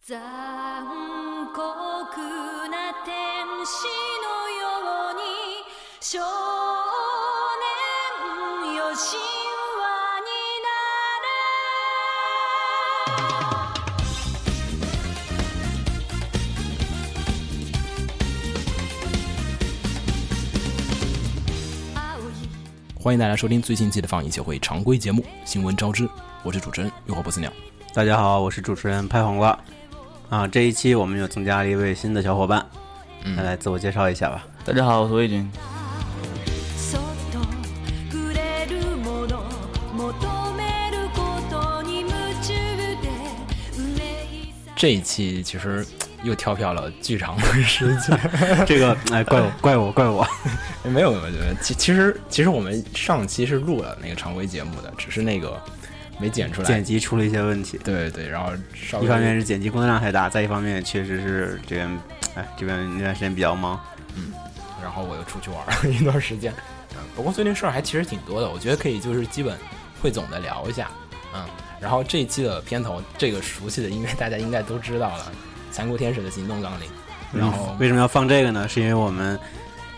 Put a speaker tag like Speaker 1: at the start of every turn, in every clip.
Speaker 1: 残酷な天使のように少年よ神話になれ青い
Speaker 2: 欢迎大家收听最新一期的放映协会常规节目《新闻招知》，我是主持人浴火不死鸟。
Speaker 3: 大家好，我是主持人拍黄瓜。啊，这一期我们又增加了一位新的小伙伴，
Speaker 2: 嗯
Speaker 3: 来自我介绍一下吧。
Speaker 4: 大家好，我是魏军。
Speaker 1: そっとくれるもの求めることに夢中でうめいさ
Speaker 2: 这一期其实嘖又跳票了剧场的时间，
Speaker 3: 这个，哎，怪我，怪我，怪我。
Speaker 2: 没有没有，没有其其实其实我们上期是录了那个常规节目的，只是那个没剪出来。
Speaker 3: 剪辑出了一些问题，
Speaker 2: 对对对，然后稍微
Speaker 3: 一方面是剪辑工作量太大，再一方面确实是这边，哎，这边那段时间比较忙。
Speaker 2: 然后我又出去玩了一段时间。嗯，不过最近事儿还其实挺多的，我觉得可以就是基本汇总的聊一下。嗯，然后这一期的片头，这个熟悉的音乐大家应该都知道了，《残酷天使的行动纲领》。然后
Speaker 3: 为什么要放这个呢？是因为我们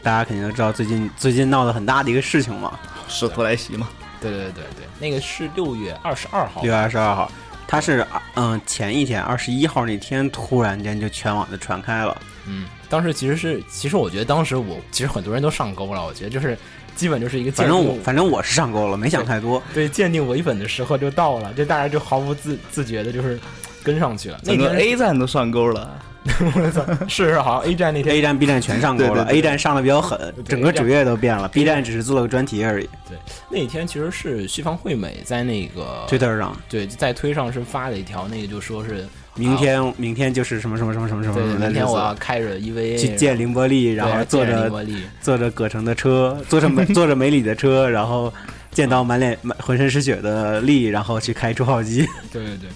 Speaker 3: 大家肯定都知道最近最近闹得很大的一个事情嘛，
Speaker 4: 是特莱西嘛？
Speaker 2: 对对对对，那个是六月二十二号
Speaker 3: 六。月二十二号，它是嗯、前一天二十一号那天突然间就全网就传开了，
Speaker 2: 嗯，当时其实是，其实我觉得当时我其实很多人都上钩了，我觉得就是基本就是一个
Speaker 3: 反
Speaker 2: 鉴定
Speaker 3: 正我反正我是上钩了，没想太多。
Speaker 2: 对鉴定伪本的时候就到了，这大家就毫无自自觉的就是跟上去了。那
Speaker 4: 整个
Speaker 2: 天 哎
Speaker 4: A 站都上钩了，
Speaker 2: 是是好像 A 站那天
Speaker 3: A 站、B 站全上钩了
Speaker 4: 对对对
Speaker 3: ，A 站上的比较狠，
Speaker 2: 对
Speaker 3: 整个主页都变了，B 站只是做了个专题而已。
Speaker 4: 哦
Speaker 2: 那天其实是旭方惠美在那个
Speaker 3: Twitter
Speaker 4: 哦
Speaker 3: 上，
Speaker 2: 对在推上是发了一条，那个就说是
Speaker 3: 明天明天就是什么什么什么什么什么
Speaker 2: 对
Speaker 3: 什么的
Speaker 2: 明
Speaker 3: 日
Speaker 2: 天我要
Speaker 3: 子，
Speaker 2: 开着 E EVA
Speaker 3: 去见凌波丽，然后坐着
Speaker 2: 魔力，
Speaker 3: 坐着葛城的车，坐着 美坐着美里的车，然后见到满脸满浑身是血的丽，然后去开出号机，
Speaker 2: 对对对，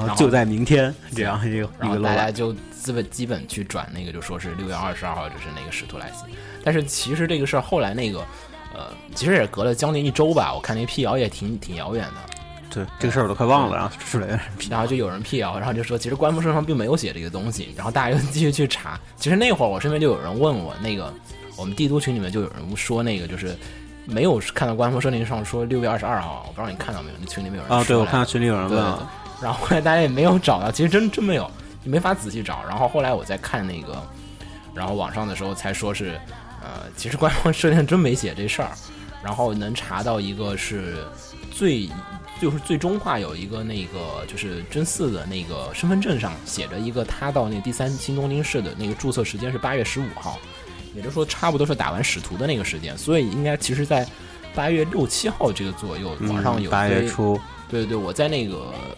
Speaker 2: 然
Speaker 3: 后
Speaker 2: 后
Speaker 3: 就在明天这样一个
Speaker 2: 然
Speaker 3: 一
Speaker 2: 后
Speaker 3: 个
Speaker 2: 大
Speaker 3: 老
Speaker 2: 家
Speaker 3: 板。
Speaker 2: 就基本基本去转那个，就说是六月二十二号就是那个使徒来袭。但是其实这个事儿后来那个，呃，其实也隔了将近一周吧，我看那辟谣也挺挺遥远的。
Speaker 3: 对这个事儿我都快忘了，然后出来有点屁
Speaker 2: 然后就有人辟谣，然后就说其实官方上并没有写这个东西。然后大家又继续去查。其实那会儿我身边就有人问我，那个我们帝都群里面就有人说那个就是。没有看到官方声明上说六月二十二号，我不知道你看到没有？那群里面有人
Speaker 3: 啊！对
Speaker 2: 说
Speaker 3: 我
Speaker 2: 来
Speaker 3: 看到群里有人问啊了，
Speaker 2: 然后后来大家也没有找到，其实真真没有，你没法仔细找。然后后来我在看那个，然后网上的时候才说是，呃，其实官方设定真没写这事儿。然后能查到一个是最，就是最终话有一个那个就是真嗣的那个身份证上写着一个他到那个第三新东京市的那个注册时间是八月十五号，也就是说差不多是打完使徒的那个时间，所以应该其实在八月六七号这个左右，网上有
Speaker 3: 嗯八月
Speaker 2: 对
Speaker 3: 初，
Speaker 2: 对对对，我在那个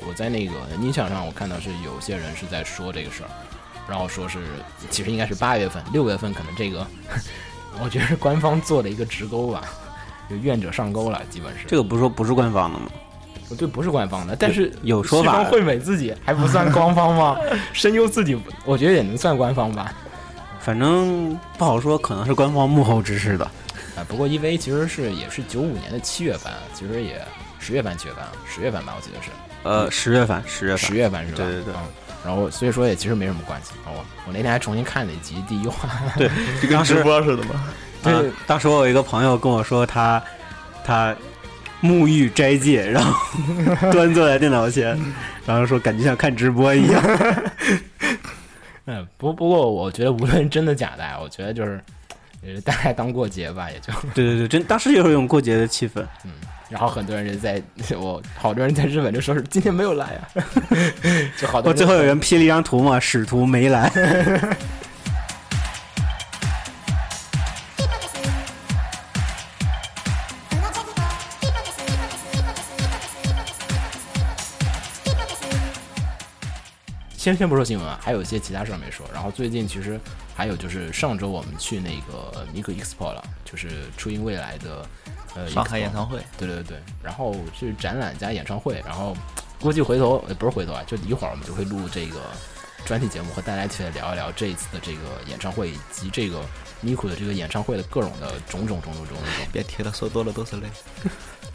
Speaker 2: 我在那个音响上，我看到是有些人是在说这个事儿，然后说是其实应该是八月份、六月份，可能这个 我觉得是官方做的一个直钩吧，就愿者上钩了，基本是
Speaker 3: 这个不是说不是官方的吗？
Speaker 2: 对，不是官方的，但是
Speaker 3: 有说法
Speaker 2: 西方惠美自己还不算官方吗？ 声优自己，我觉得也能算官方吧。
Speaker 3: 反正不好说，可能是官方幕后指使的。
Speaker 2: 啊，不过 EVA 其实是也是九五年的七月份，啊其实也十月份、七月份、十月份吧，我记得是。
Speaker 3: 呃，十月份，十月份，
Speaker 2: 十月份是吧？
Speaker 3: 对对对
Speaker 2: 嗯然后所以说也其实没什么关系。我、我那天还重新看了一集第一话，
Speaker 3: 就当时
Speaker 4: 直播似的嘛。
Speaker 2: 对
Speaker 3: 啊当时我有一个朋友跟我说他他沐浴斋戒，然 后端坐在电脑前，然后说感觉像看直播 一样。
Speaker 2: 嗯，不不过我觉得无论真的假的，啊我觉得就是呃大家当过节吧，也就
Speaker 3: 对对对，真当时有一种过节的气氛。
Speaker 2: 然后很多人就在我好多人在日本就说是今天没有来啊， 就好多人
Speaker 3: 我哦最后有人 P 了一张图嘛，使徒没来。
Speaker 2: 先先不说新闻啊，还有一些其他事儿没说。然后最近其实还有就是上周我们去那个 Miko Expo 了，就是初音未来的呃
Speaker 4: 上海
Speaker 2: Expo
Speaker 4: 演唱会，
Speaker 2: 对对对，然后是展览加演唱会，然后估计回头呃不是回头啊，就一会儿我们就会录这个专题节目，和大家一起来聊一聊这一次的这个演唱会以及这个 Miku 的这个演唱会的各种的种种种种种种。
Speaker 4: 别提了，说多了都是泪。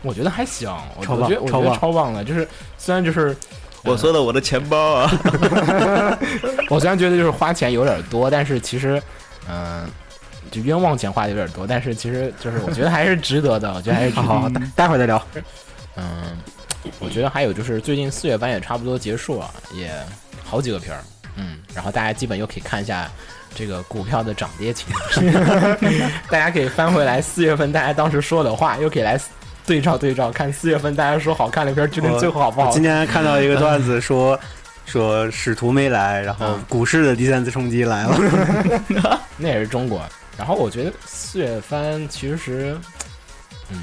Speaker 2: 我觉得还行，我
Speaker 3: 超
Speaker 2: 我
Speaker 3: 棒
Speaker 2: 觉得我觉
Speaker 3: 超
Speaker 2: 得
Speaker 3: 棒
Speaker 2: 超棒的，就是虽然就是
Speaker 4: 我说的我的钱包啊，
Speaker 2: 我虽然觉得就是花钱有点多，但是其实，嗯、就冤枉钱花的有点多，但是其实就是我觉得还是值得的，我觉得还是值
Speaker 3: 好
Speaker 2: 得
Speaker 3: 好，好，待待会儿再聊。
Speaker 2: 嗯，我觉得还有就是最近四月班也差不多结束了，也好几个片儿，嗯，然后大家基本又可以看一下这个股票的涨跌情 况，大家可以翻回来四月份大家当时说的话，又可以来对照对照，看四月份大家说好看的片儿究竟
Speaker 3: 我
Speaker 2: 最后好不好
Speaker 3: 我今。天看到一个段子说。说使徒没来，然后
Speaker 2: 嗯
Speaker 3: 股市的第三次冲击来了。
Speaker 2: 那也是中国。然后我觉得四月番其实，嗯，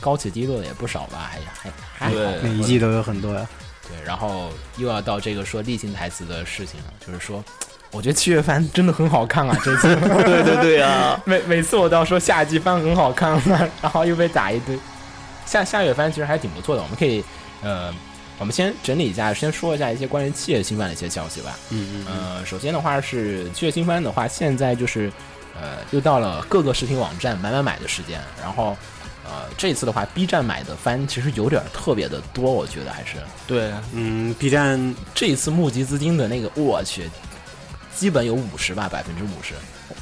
Speaker 2: 高起低落也不少吧，还还还好。
Speaker 4: 对
Speaker 3: 每一季都有很多呀。
Speaker 2: 对，然后又要到这个说例行台词的事情了，就是说，我觉得七月番真的很好看啊，这次
Speaker 4: 对对对啊，
Speaker 2: 每每次我都要说夏季番很好看啊，然后又被打一堆。下下月番其实还挺不错的，我们可以，呃，我们先整理一下，先说一下一些关于七月新番的一些消息吧。
Speaker 3: 嗯嗯
Speaker 2: 呃，首先的话是七月新番的话，现在就是呃，又到了各个视频网站买买买的时间。然后呃，这次的话，B 站买的番其实有点特别的多，我觉得还是
Speaker 4: 对，啊
Speaker 3: 嗯，B 站
Speaker 2: 这一次募集资金的那个，我去，基本有五十吧，百分之五十。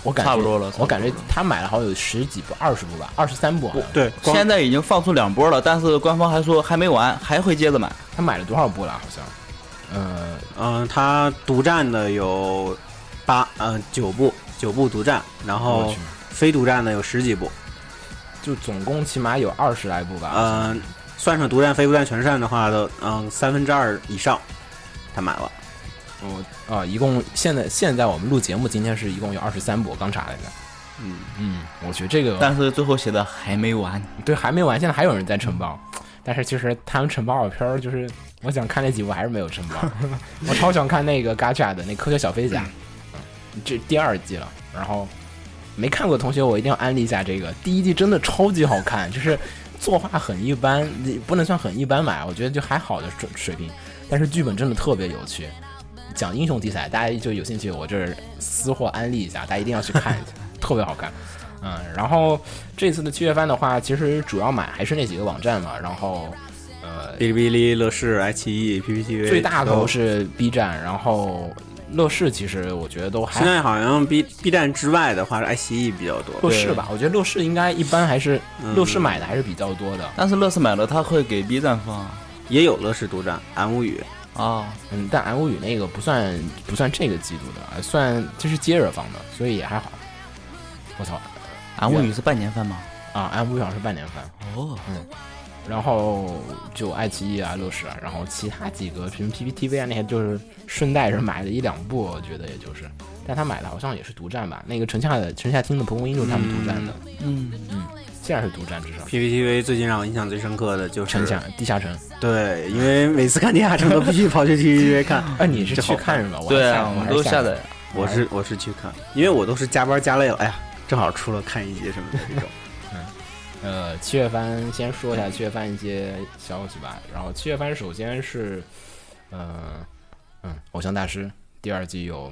Speaker 2: 我感觉
Speaker 4: 差不多了差不多了
Speaker 2: 我感觉他买了好像有十几部、二十部吧，二十三部好像。
Speaker 3: 对，光
Speaker 4: 现在已经放出两波了，但是官方还说还没完，还会接着买。
Speaker 2: 他买了多少部了？好像，呃，
Speaker 3: 嗯，它独占的有八呃九部，九部独占，然
Speaker 2: 我
Speaker 3: 后
Speaker 2: 去
Speaker 3: 非独占的有十几部。
Speaker 2: 就总共起码有二十来部吧。好像
Speaker 3: 嗯，算上独占、非独占、全占的话都嗯三分之二以上，他买了。
Speaker 2: 我啊、一共现在现在我们录节目，今天是一共有二十三部，我刚查了一下。
Speaker 3: 嗯
Speaker 2: 嗯，我觉得这个
Speaker 4: 但是最后写的还没完，
Speaker 2: 对还没完，现在还有人在承包，但是其实他们承包的片儿，就是我想看那几部还是没有承包。我超想看那个 Gacha 的那科学小飞侠，嗯这第二季了，然后没看过的同学我一定要安利一下这个，第一季真的超级好看，就是作画很一般，也不能算很一般吧，我觉得就还好的水水平，但是剧本真的特别有趣。讲英雄题材，大家就有兴趣，我这儿私货安利一下，大家一定要去看一下，特别好看。嗯，然后这次的七月番的话，其实主要买还是那几个网站嘛，然后呃，
Speaker 3: 哔哩哔哩、乐视、爱奇艺、PPTV
Speaker 2: 最大头
Speaker 3: 都。
Speaker 2: 是 B 站，然后乐视其实我觉得都还
Speaker 3: 现在好像 B B 站之外的话是爱奇艺比较多。
Speaker 2: 乐视吧，我觉得乐视应该一般还是
Speaker 3: 嗯
Speaker 2: 乐视买的还是比较多的，
Speaker 4: 但是乐视买了，他会给 B 站放
Speaker 3: 也有乐视独占，安无语。
Speaker 4: 啊。
Speaker 2: 嗯，但安无语那个不算不算这个季度的，呃算这是接着放的，所以也还好。我操
Speaker 4: 俺物语是半年番吗？
Speaker 2: 啊，安无语好像是半年番，嗯
Speaker 4: 哦，
Speaker 2: 然后就爱奇艺啊、乐视啊，然后其他几个什么 PPTV 啊那些，就是顺带着买了一两部，我觉得也就是，但他买的好像也是独占吧，那个城下的城下町的蒲公英就是他们独占的，
Speaker 4: 嗯，
Speaker 2: 现在是独占至少。
Speaker 3: PPTV 最近让我印象最深刻的就是
Speaker 2: 城下地下城，
Speaker 4: 嗯
Speaker 3: 对，因为每次看地下城都必须跑去 PPTV 看。
Speaker 2: 哎，你是
Speaker 3: 这好
Speaker 2: 去看是吧？我还
Speaker 4: 对
Speaker 2: 下
Speaker 4: 啊，我们
Speaker 2: 还是
Speaker 4: 都
Speaker 2: 载
Speaker 4: 下载
Speaker 2: 了。
Speaker 3: 我是我是去看，因为我都是加班加累了，哎呀，正好出了看一集什么的 这种。
Speaker 2: 哦呃，七月番先说一下七月番一些消息吧。然后七月番首先是，呃，嗯，偶像大师第二季又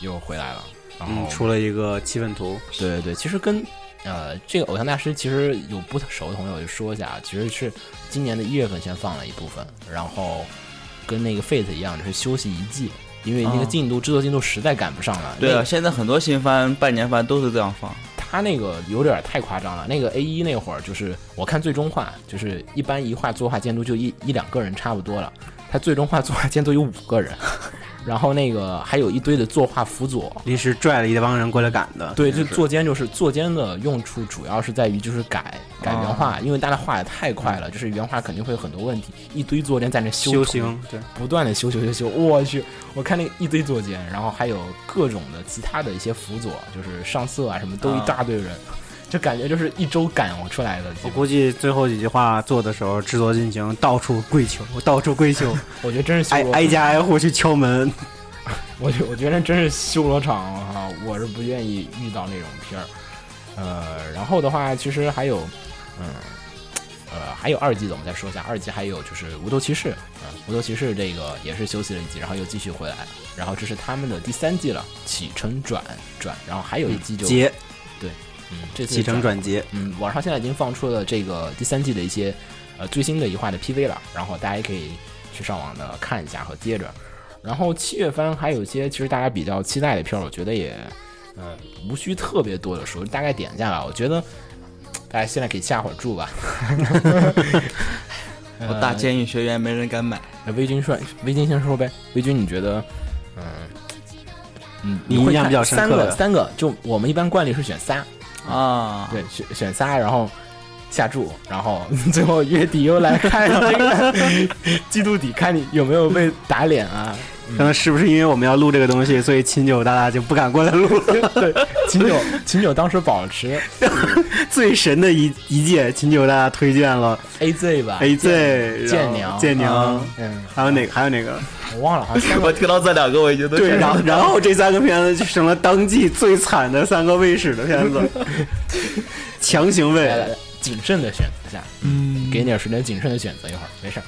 Speaker 2: 又回来了，然后、
Speaker 3: 嗯，出了一个气氛图，
Speaker 2: 对对对，其实跟呃这个偶像大师其实有不太熟的朋友就说一下，啊其实是今年的一月份先放了一部分，然后跟那个 Fate 一样，就是休息一季，因为那个
Speaker 4: 哦
Speaker 2: 进度、制作进度实在赶不上了。
Speaker 4: 对
Speaker 2: 那
Speaker 4: 啊，现在很多新番半年番都是这样放。
Speaker 2: 他那个有点太夸张了。那个 A 一那会儿，就是我看最终话，就是一般一画作画监督就一一两个人差不多了，他最终画作画监督有五个人， 然后那个还有一堆的作画辅佐。
Speaker 3: 临时拽了一帮人过来赶的。
Speaker 2: 对，就
Speaker 3: 真是
Speaker 2: 坐监就是坐监的用处主要是在于就是改改原画，
Speaker 3: 啊
Speaker 2: 因为大家画的太快了，就是原画肯定会有很多问题，一堆坐监在那修
Speaker 3: 修
Speaker 2: 图，
Speaker 3: 行，对，
Speaker 2: 不断的修修修修，我去，我看那一堆坐监，然后还有各种的其他的一些辅佐，就是上色啊什么，都一
Speaker 4: 啊
Speaker 2: 大堆人，就感觉就是一周赶我出来的。
Speaker 3: 我估计最后几句话做的时候，制作进行到处跪求，到处 跪求，
Speaker 2: 我觉得真是修
Speaker 3: 挨
Speaker 2: 罗
Speaker 3: 挨家挨户去敲门。
Speaker 2: 我觉我觉得真是修罗场啊！我是不愿意遇到那种片儿。呃，然后的话，其实还有，嗯，呃，还有二季的，我们再说一下。二季还有就是《无头骑士》啊、无头骑士》这个也是休息了一季，然后又继续回来了。然后这是他们的第三季了，起承转转，然后还有一季就
Speaker 3: 劫
Speaker 2: 嗯，这次
Speaker 3: 起承转劫，
Speaker 2: 嗯，网上现在已经放出了这个第三季的一些呃最新的一话的 PV 了，然后大家也可以去去上网的看一下和接着。然后七月番还有一些其实大家比较期待的片儿，我觉得也呃无需特别多的说，大概点一下吧。我觉得呃大家现在可以下会儿注吧。
Speaker 4: 我大监狱学员没人敢买，
Speaker 2: 那微君说，微君先说呗。微君，你觉得，嗯，嗯，
Speaker 3: 你
Speaker 2: 会
Speaker 3: 印象
Speaker 2: 看
Speaker 3: 比较深
Speaker 2: 三
Speaker 3: 刻
Speaker 2: 个
Speaker 3: 的
Speaker 2: 三个，就我们一般惯例是选仨，
Speaker 4: 啊，
Speaker 2: 对，选选仨，然后下注，然后 最后月底又来看这个 季度底，看你有没有被打脸啊？
Speaker 3: 刚刚是不是因为我们要录这个东西，所以秦九大大就不敢过来录了？
Speaker 2: 对，秦九秦九当时保持
Speaker 3: 最神的一一届，秦九大大推荐了
Speaker 2: AZ 吧
Speaker 3: AZ
Speaker 2: 哎剑
Speaker 3: 然后
Speaker 2: 娘
Speaker 3: 剑娘
Speaker 4: 啊，
Speaker 2: 嗯，
Speaker 3: 还有哪个？还有哪个？
Speaker 2: 我忘了，好像三个
Speaker 4: 我听到这两个我已经都
Speaker 3: 对，
Speaker 4: 想
Speaker 3: 然后然后这三个片子就成了当季最惨的三个卫视的片 子，强行
Speaker 2: 来来
Speaker 3: 卫
Speaker 2: 来。谨慎的选择一下，
Speaker 4: 嗯
Speaker 2: 给你点时间谨慎的选择一会儿，没事儿。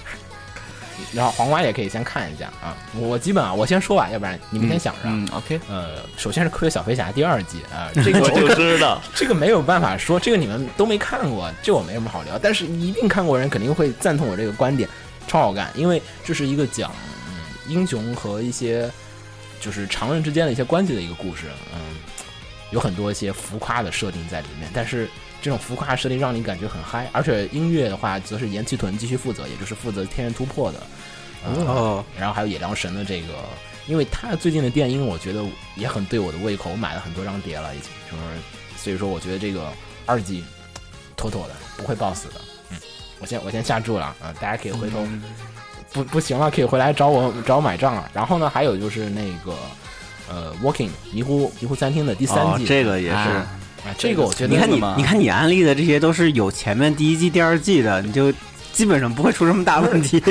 Speaker 2: 然后黄瓜也可以先看一下啊，我我基本啊，我先说吧，要不然你们先想着啊。
Speaker 4: 嗯，OK，
Speaker 2: 呃，首先是《科学小飞侠》第二季啊， 这个
Speaker 4: 我
Speaker 2: 这
Speaker 4: 就
Speaker 2: 个
Speaker 4: 知道，
Speaker 2: 这个没有办法说，这个你们都没看过，这我没什么好聊。但是一定看过人肯定会赞同我这个观点，超好看，因为这是一个讲嗯英雄和一些就是常人之间的一些关系的一个故事，嗯，有很多一些浮夸的设定在里面，但是这种浮夸设定让你感觉很嗨，而且音乐的话则是岩崎豚继续负责，也就是负责《天元突破》的，嗯、
Speaker 3: 哦，
Speaker 2: 然后还有野良神的这个，因为他最近的电音我觉得也很对我的胃口，我买了很多张碟了已经，就是所以说我觉得这个二季妥妥的，不会爆死的。嗯，我先我先下注了啊、大家可以回头、
Speaker 3: 嗯
Speaker 2: 不不行了可以回来找我找我买账了。然后呢，还有就是那个呃，Walking 迷糊迷糊餐厅的第三
Speaker 3: 哦
Speaker 2: 季，
Speaker 3: 这个也是。
Speaker 2: 啊啊这个我觉得
Speaker 3: 你看
Speaker 4: 真的
Speaker 3: 你
Speaker 4: 吗，
Speaker 3: 你看你安利的这些都是有前面第一季、第二季的，你就基本上不会出什么大问题。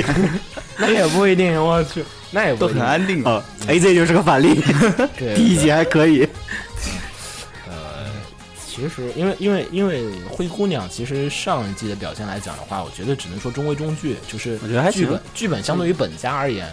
Speaker 2: 那也不一定，我去，那也不
Speaker 4: 都
Speaker 2: 一
Speaker 4: 很
Speaker 2: 定。
Speaker 4: 安定。
Speaker 3: 哦，AZ 就是个反例，
Speaker 2: 对
Speaker 3: 第一集还可以。
Speaker 2: 呃，其实因为因为因为灰姑娘，其实上一季的表现来讲的话，我觉得只能说中规中矩，就是
Speaker 3: 我觉得还
Speaker 2: 剧
Speaker 3: 行
Speaker 2: 本剧本相对于本家而言，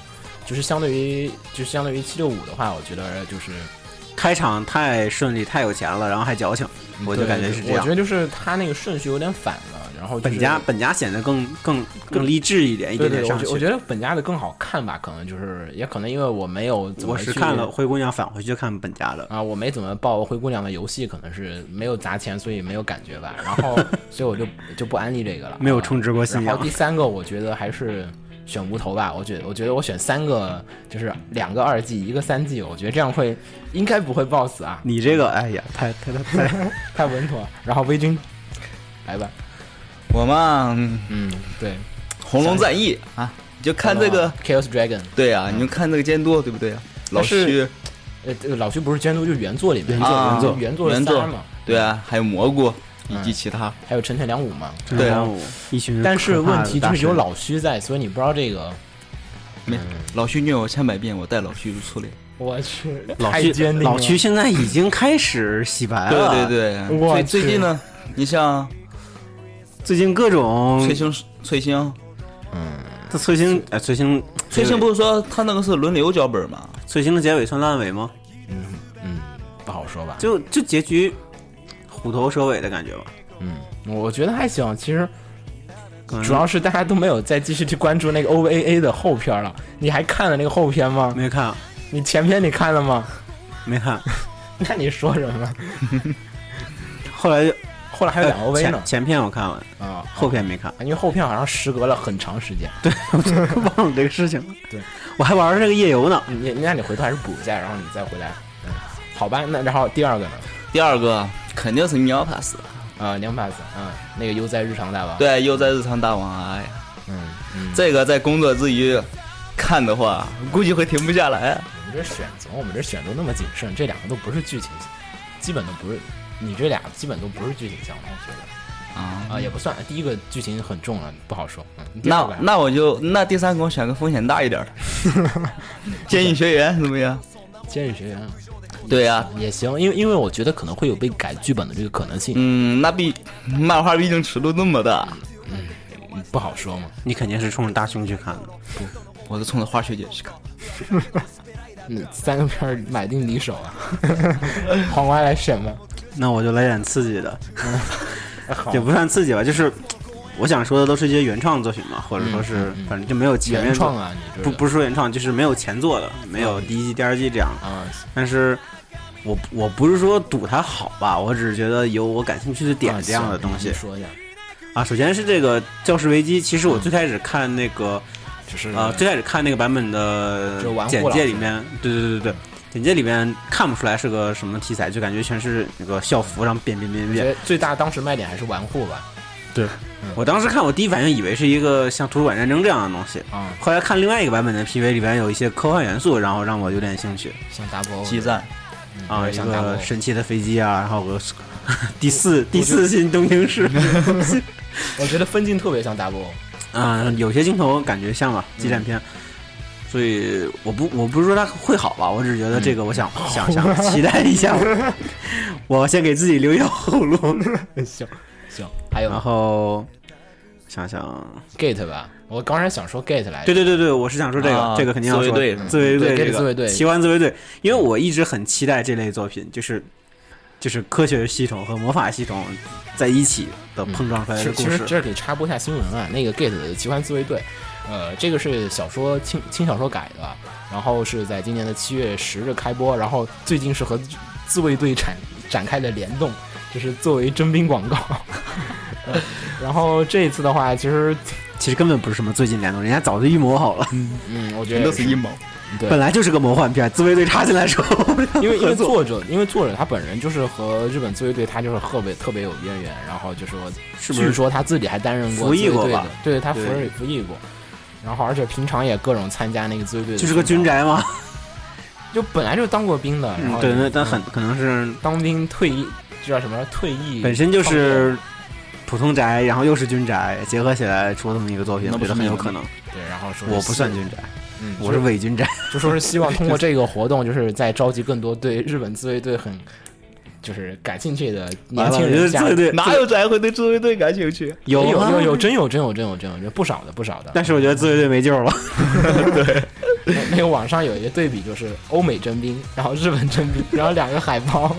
Speaker 2: 就是相对于就是相对于七六五的话，我觉得就是
Speaker 3: 开场太顺利，太有钱了，然后还矫情，嗯我就
Speaker 2: 对
Speaker 3: 感觉是这
Speaker 2: 我
Speaker 3: 样
Speaker 2: 觉。得就是他那个顺序有点反了，然后、就是、
Speaker 3: 本家本家显得更更更励志一点，一
Speaker 2: 对对，
Speaker 3: 点点
Speaker 2: 我
Speaker 3: 上去
Speaker 2: 觉。我觉得本家的更好看吧，可能就是也可能因为我没有怎么
Speaker 3: 我是
Speaker 2: 去
Speaker 3: 看了灰姑娘返回去看本 家的，
Speaker 2: 啊，我没怎么报灰姑娘的游戏，可能是没有砸钱，所以没有感觉吧。然 后，所以我就就不安利这个了。
Speaker 3: 没有
Speaker 2: 啊
Speaker 3: 充值过信
Speaker 2: 然后
Speaker 3: 仰
Speaker 2: 第三个，我觉得还是选无头吧。我觉得，我觉得我选三个，就是两个二季，一个三季，我觉得这样会应该不会爆死啊，
Speaker 3: 你这个哎呀，太太太太，
Speaker 2: 太稳妥。然后微君，来吧，
Speaker 4: 我嘛，嗯
Speaker 2: 嗯，对，
Speaker 4: 红龙战役啊，你就看这个，
Speaker 2: Chaos Dragon，
Speaker 4: 对啊，你就看这个监督，对不对啊？老徐，
Speaker 2: 呃，这个老徐不是监督，就是原作里面
Speaker 3: 原作
Speaker 2: 啊
Speaker 3: 原作
Speaker 2: 原作
Speaker 4: 原作
Speaker 2: 三嘛，
Speaker 4: 对啊，还有蘑菇以及其他，
Speaker 2: 还有陈田良武嘛。
Speaker 4: 对啊，
Speaker 3: 一群可怕的
Speaker 2: 但
Speaker 3: 大神。
Speaker 2: 是问题就是有老徐在，所以你不知道这个。
Speaker 4: 没老徐虐我千百遍，我待老徐如初恋。
Speaker 2: 我去，
Speaker 3: 老
Speaker 2: 太
Speaker 3: 徐
Speaker 2: 坚定了
Speaker 3: 老徐现在已经开始洗白了，
Speaker 4: 对对，啊对，
Speaker 2: 我
Speaker 4: 最
Speaker 2: 去
Speaker 4: 最近呢，你像
Speaker 3: 最近各
Speaker 2: 嗯
Speaker 3: 种
Speaker 4: 崔星，崔星，
Speaker 3: 他崔星哎崔星
Speaker 4: 崔星
Speaker 3: 结尾
Speaker 4: 不是说他那个是轮流脚本吗？
Speaker 3: 崔星的结尾算烂尾吗？
Speaker 2: 嗯，不好说吧。
Speaker 3: 就就结局虎头蛇尾的感觉吧。
Speaker 2: 嗯，我觉得还行。其实
Speaker 3: 可能
Speaker 2: 主要是大家都没有再继续去关注那个 OVA 的后篇了。你还看了那个后篇吗？
Speaker 3: 没看
Speaker 2: 你前篇你看了吗？
Speaker 3: 没看，
Speaker 2: 那你说什么？呃
Speaker 3: 后来 就呃
Speaker 2: 后来还有两个 OVA 呢
Speaker 3: 前前片我看了，
Speaker 2: 啊，
Speaker 3: 后片没 看，
Speaker 2: 因为后篇好像时隔了很长时间。
Speaker 3: 忘了这个事情了。
Speaker 2: 对，
Speaker 3: 我还玩这个夜游呢。
Speaker 2: 你那你回头还是补一下，然后你再回来。嗯，好吧。那然后第二个呢？
Speaker 4: 第二个肯定是喵 pass，
Speaker 2: 啊，两把子啊，那个悠哉日常大王。，
Speaker 4: 对，又在日常大王，哎呀，
Speaker 2: 嗯嗯，
Speaker 4: 这个在工作之余看的话，估计会停不下来。啊
Speaker 2: 我们这选择，我们这选择那么谨慎，这两个都不是剧情，基本都不是。你这俩基本都不是剧情向的，我觉得。
Speaker 4: 啊，
Speaker 2: 啊，也不算，第一个剧情很重了，不好说。嗯，第二个
Speaker 4: 那
Speaker 2: 还
Speaker 4: 那我就那第三个我选个风险大一点的， 监狱学员怎么样？
Speaker 2: 监狱学员
Speaker 4: 对呀、啊，
Speaker 2: 也行，因为因为我觉得可能会有被改剧本的这个可能性，
Speaker 4: 嗯，那毕漫画毕竟尺度那么大，
Speaker 2: 不好说嘛。
Speaker 3: 你肯定是冲着大胸去看的，
Speaker 4: 我是冲着花学姐去看。
Speaker 2: 嗯，三个片儿买定离手 啊，黄瓜来选吧。
Speaker 3: 那我就来点刺激的，
Speaker 2: 好
Speaker 3: 也，不算刺激吧，就是我想说的都是一些原创作品嘛，或者说是
Speaker 2: 嗯嗯嗯
Speaker 3: 反正就没有前面
Speaker 2: 原
Speaker 3: 作
Speaker 2: 创啊，你这
Speaker 3: 不
Speaker 2: 个
Speaker 3: 不是说原创，就是没有前作的，没有
Speaker 2: 嗯
Speaker 3: 第一季、第二季这样。
Speaker 2: 啊，
Speaker 3: 但是我我不是说赌它好吧，我只是觉得有我感兴趣的点
Speaker 2: 啊
Speaker 3: 这样的
Speaker 2: 行
Speaker 3: 东
Speaker 2: 你
Speaker 3: 西
Speaker 2: 说一下，
Speaker 3: 啊。首先是这个《教室危机》，其实我最开始看那个
Speaker 2: 只嗯是
Speaker 3: 呃，最开始看那个版本的
Speaker 2: 就玩户
Speaker 3: 简
Speaker 2: 老
Speaker 3: 介
Speaker 2: 师
Speaker 3: 里面，对对对对对，简介里面看不出来是个什么题材，就感觉全是那个校服上变变变
Speaker 2: 觉
Speaker 3: 变。
Speaker 2: 得最大当时卖点还是玩户吧，
Speaker 3: 我当时看，我第一反应以为是一个像图书馆战争这样的东西，
Speaker 2: 啊，
Speaker 3: 后来看另外一个版本的 PV 里边有一些科幻元素，然后让我有点兴趣
Speaker 2: 像 double
Speaker 4: 激战，
Speaker 3: 啊，
Speaker 2: 嗯
Speaker 3: 一
Speaker 2: 像 double
Speaker 3: 个神奇的飞机啊，然后我 第四第四新东京市
Speaker 2: 我觉得分镜特别像 double，
Speaker 3: 啊，有些镜头感觉像吧，激战片。所以我不我不是说它会好吧，我只是觉得这个我想、想想期待一下， 我先给自己留一条后路。
Speaker 2: 行行，还
Speaker 3: 然
Speaker 2: 有
Speaker 3: 后想想，
Speaker 2: gate 吧，我刚才想说 gate 来着，
Speaker 3: 对对对对，我是想说这个，
Speaker 4: 啊
Speaker 3: 这个肯定要说
Speaker 4: 自卫队
Speaker 3: 自卫
Speaker 2: 对
Speaker 3: 队
Speaker 2: 给
Speaker 3: 这个
Speaker 2: 自卫队
Speaker 3: 奇幻自卫队，因为我一直很期待这类作品，就是就是科学系统和魔法系统在一起的
Speaker 4: 嗯
Speaker 3: 碰撞出来的
Speaker 2: 是，
Speaker 3: 哎故
Speaker 2: 其实
Speaker 3: 事。
Speaker 2: 这里插播一下新闻啊，那个 Gate 的奇幻自卫队，呃，这个是小说轻轻小说改的，然后是在今年的七月十日开播，然后最近是和自卫队展展开了联动，就是作为征兵广告。 呃然后这一次的话，其实，
Speaker 3: 其实根本不是什么最近联动，人家早就预谋好了，
Speaker 2: 嗯，我觉
Speaker 4: 全
Speaker 2: 得
Speaker 4: 都
Speaker 2: 也
Speaker 4: 是阴谋。
Speaker 2: 对
Speaker 3: 本来就是个魔幻片，自卫队插进来 之后，
Speaker 2: 因为因
Speaker 3: 合
Speaker 2: 为
Speaker 3: 作
Speaker 2: 作者，因为作者他本人就是和日本自卫队，他就是特别特别有渊源，然后就说，
Speaker 3: 是不
Speaker 2: 据
Speaker 3: 是？
Speaker 2: 说他自己还担任过
Speaker 3: 服役
Speaker 2: 自卫
Speaker 3: 过
Speaker 2: 队
Speaker 3: 吧
Speaker 2: 的，对他服
Speaker 3: 对
Speaker 2: 服役过，然后而且平常也各种参加那个自卫队的
Speaker 3: 就是个
Speaker 2: 训
Speaker 3: 军
Speaker 2: 练，
Speaker 3: 宅
Speaker 4: 哦
Speaker 3: 嘛，
Speaker 2: 就本来就是当过兵的，然后
Speaker 3: 嗯对，那
Speaker 2: 嗯
Speaker 3: 但很可能是
Speaker 2: 当兵退役，这叫什么？退役
Speaker 3: 本身就
Speaker 2: 创业
Speaker 3: 是普通宅，然后又是军宅，结合起来出这么一个作品，
Speaker 4: 那
Speaker 3: 我
Speaker 4: 不
Speaker 3: 觉
Speaker 4: 是
Speaker 3: 得很有
Speaker 4: 你吗
Speaker 3: 可能。
Speaker 2: 对，然后说
Speaker 3: 我不算
Speaker 2: 希
Speaker 3: 军宅，
Speaker 2: 嗯，
Speaker 3: 我是伪军宅。
Speaker 2: 就说是希望通过这个活动，就是在召集更多对日本自卫队很就是感兴趣
Speaker 3: 啊
Speaker 2: 的年轻人加入。
Speaker 3: 对对
Speaker 4: 哪有宅会对自卫队感兴趣？
Speaker 2: 有有
Speaker 3: 啊
Speaker 2: 有有真有真有真有真有真不少的不少的，
Speaker 3: 但是我觉得自卫队没救了。
Speaker 2: 那个网上有一个对比，就是欧美征兵，然后日本征兵，然后两个海报，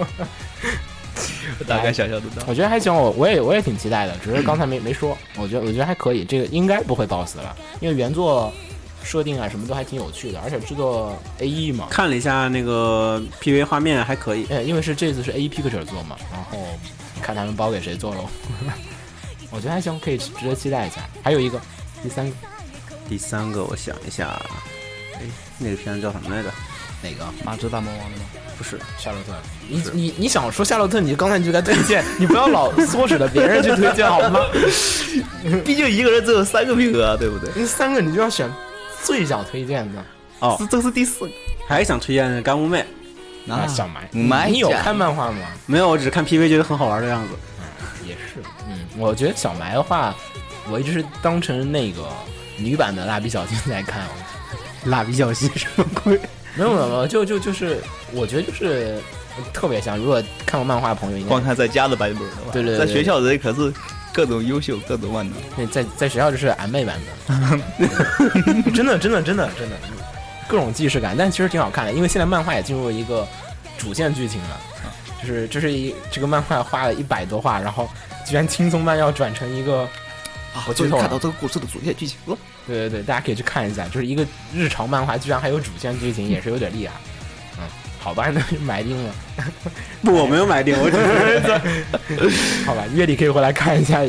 Speaker 4: 大概想象得到。
Speaker 2: 我觉得还行，我我也我也挺期待的，只是刚才没没说，我觉得我觉得还可以，这个应该不会爆死了，因为原作设定啊什么都还挺有趣的，而且制作 A E 嘛，
Speaker 3: 看了一下那个 PV 画面还可以，
Speaker 2: 呃，因为是这次是 A E Picture 做嘛，然后看他们包给谁做喽， 我觉得还行，可以值得期待一下。还有一个第三个
Speaker 3: 第三个我想一下，哎，那个片子叫什么来着？
Speaker 2: 哪个？
Speaker 4: 马之大魔王的吗？
Speaker 3: 不是，
Speaker 2: 夏洛特，你你你想说夏洛特，你刚才你就该推荐， 你不要老唆使着别人去推荐好吗？
Speaker 4: 毕竟一个人只有三个名额，对不对？
Speaker 2: 第三个你就要选最想推荐的。
Speaker 3: 哦
Speaker 4: 这，这是第四个。
Speaker 3: 还想推荐干物妹，
Speaker 2: 啊，小埋，
Speaker 4: 嗯埋
Speaker 2: 你有
Speaker 4: 甲
Speaker 2: 看漫画吗？
Speaker 3: 没有，我只是看 PV 觉得很好玩的样子。
Speaker 2: 也是，嗯，我觉得小埋的话，我一直是当成那个女版的蜡笔小新在看。
Speaker 3: 蜡笔小新什么鬼？
Speaker 2: 没有没有没有，就就就是，我觉得就是特别像。如果看过漫画的朋友，应
Speaker 4: 光
Speaker 2: 该
Speaker 4: 看在家的版本的话，
Speaker 2: 对对对
Speaker 4: 在学校人可是各种优秀，各种万能。
Speaker 2: 那在在学校就是俺妹版 的，真的真的真的真的，各种既视感，但其实挺好看的，因为现在漫画也进入一个主线剧情了。就是这是一这个漫画画了一百多话，然后居然轻松漫要转成一个
Speaker 4: 啊
Speaker 2: 我终于看到
Speaker 4: 这个故事的主线剧情了。
Speaker 2: 对对对，大家可以去看一下，就是一个日常漫画，居然还有主线剧情，也是有点厉害。嗯，好吧，那就买定了，
Speaker 3: 不，我没有买定，我只是
Speaker 2: 好吧，月底可以回来看一下，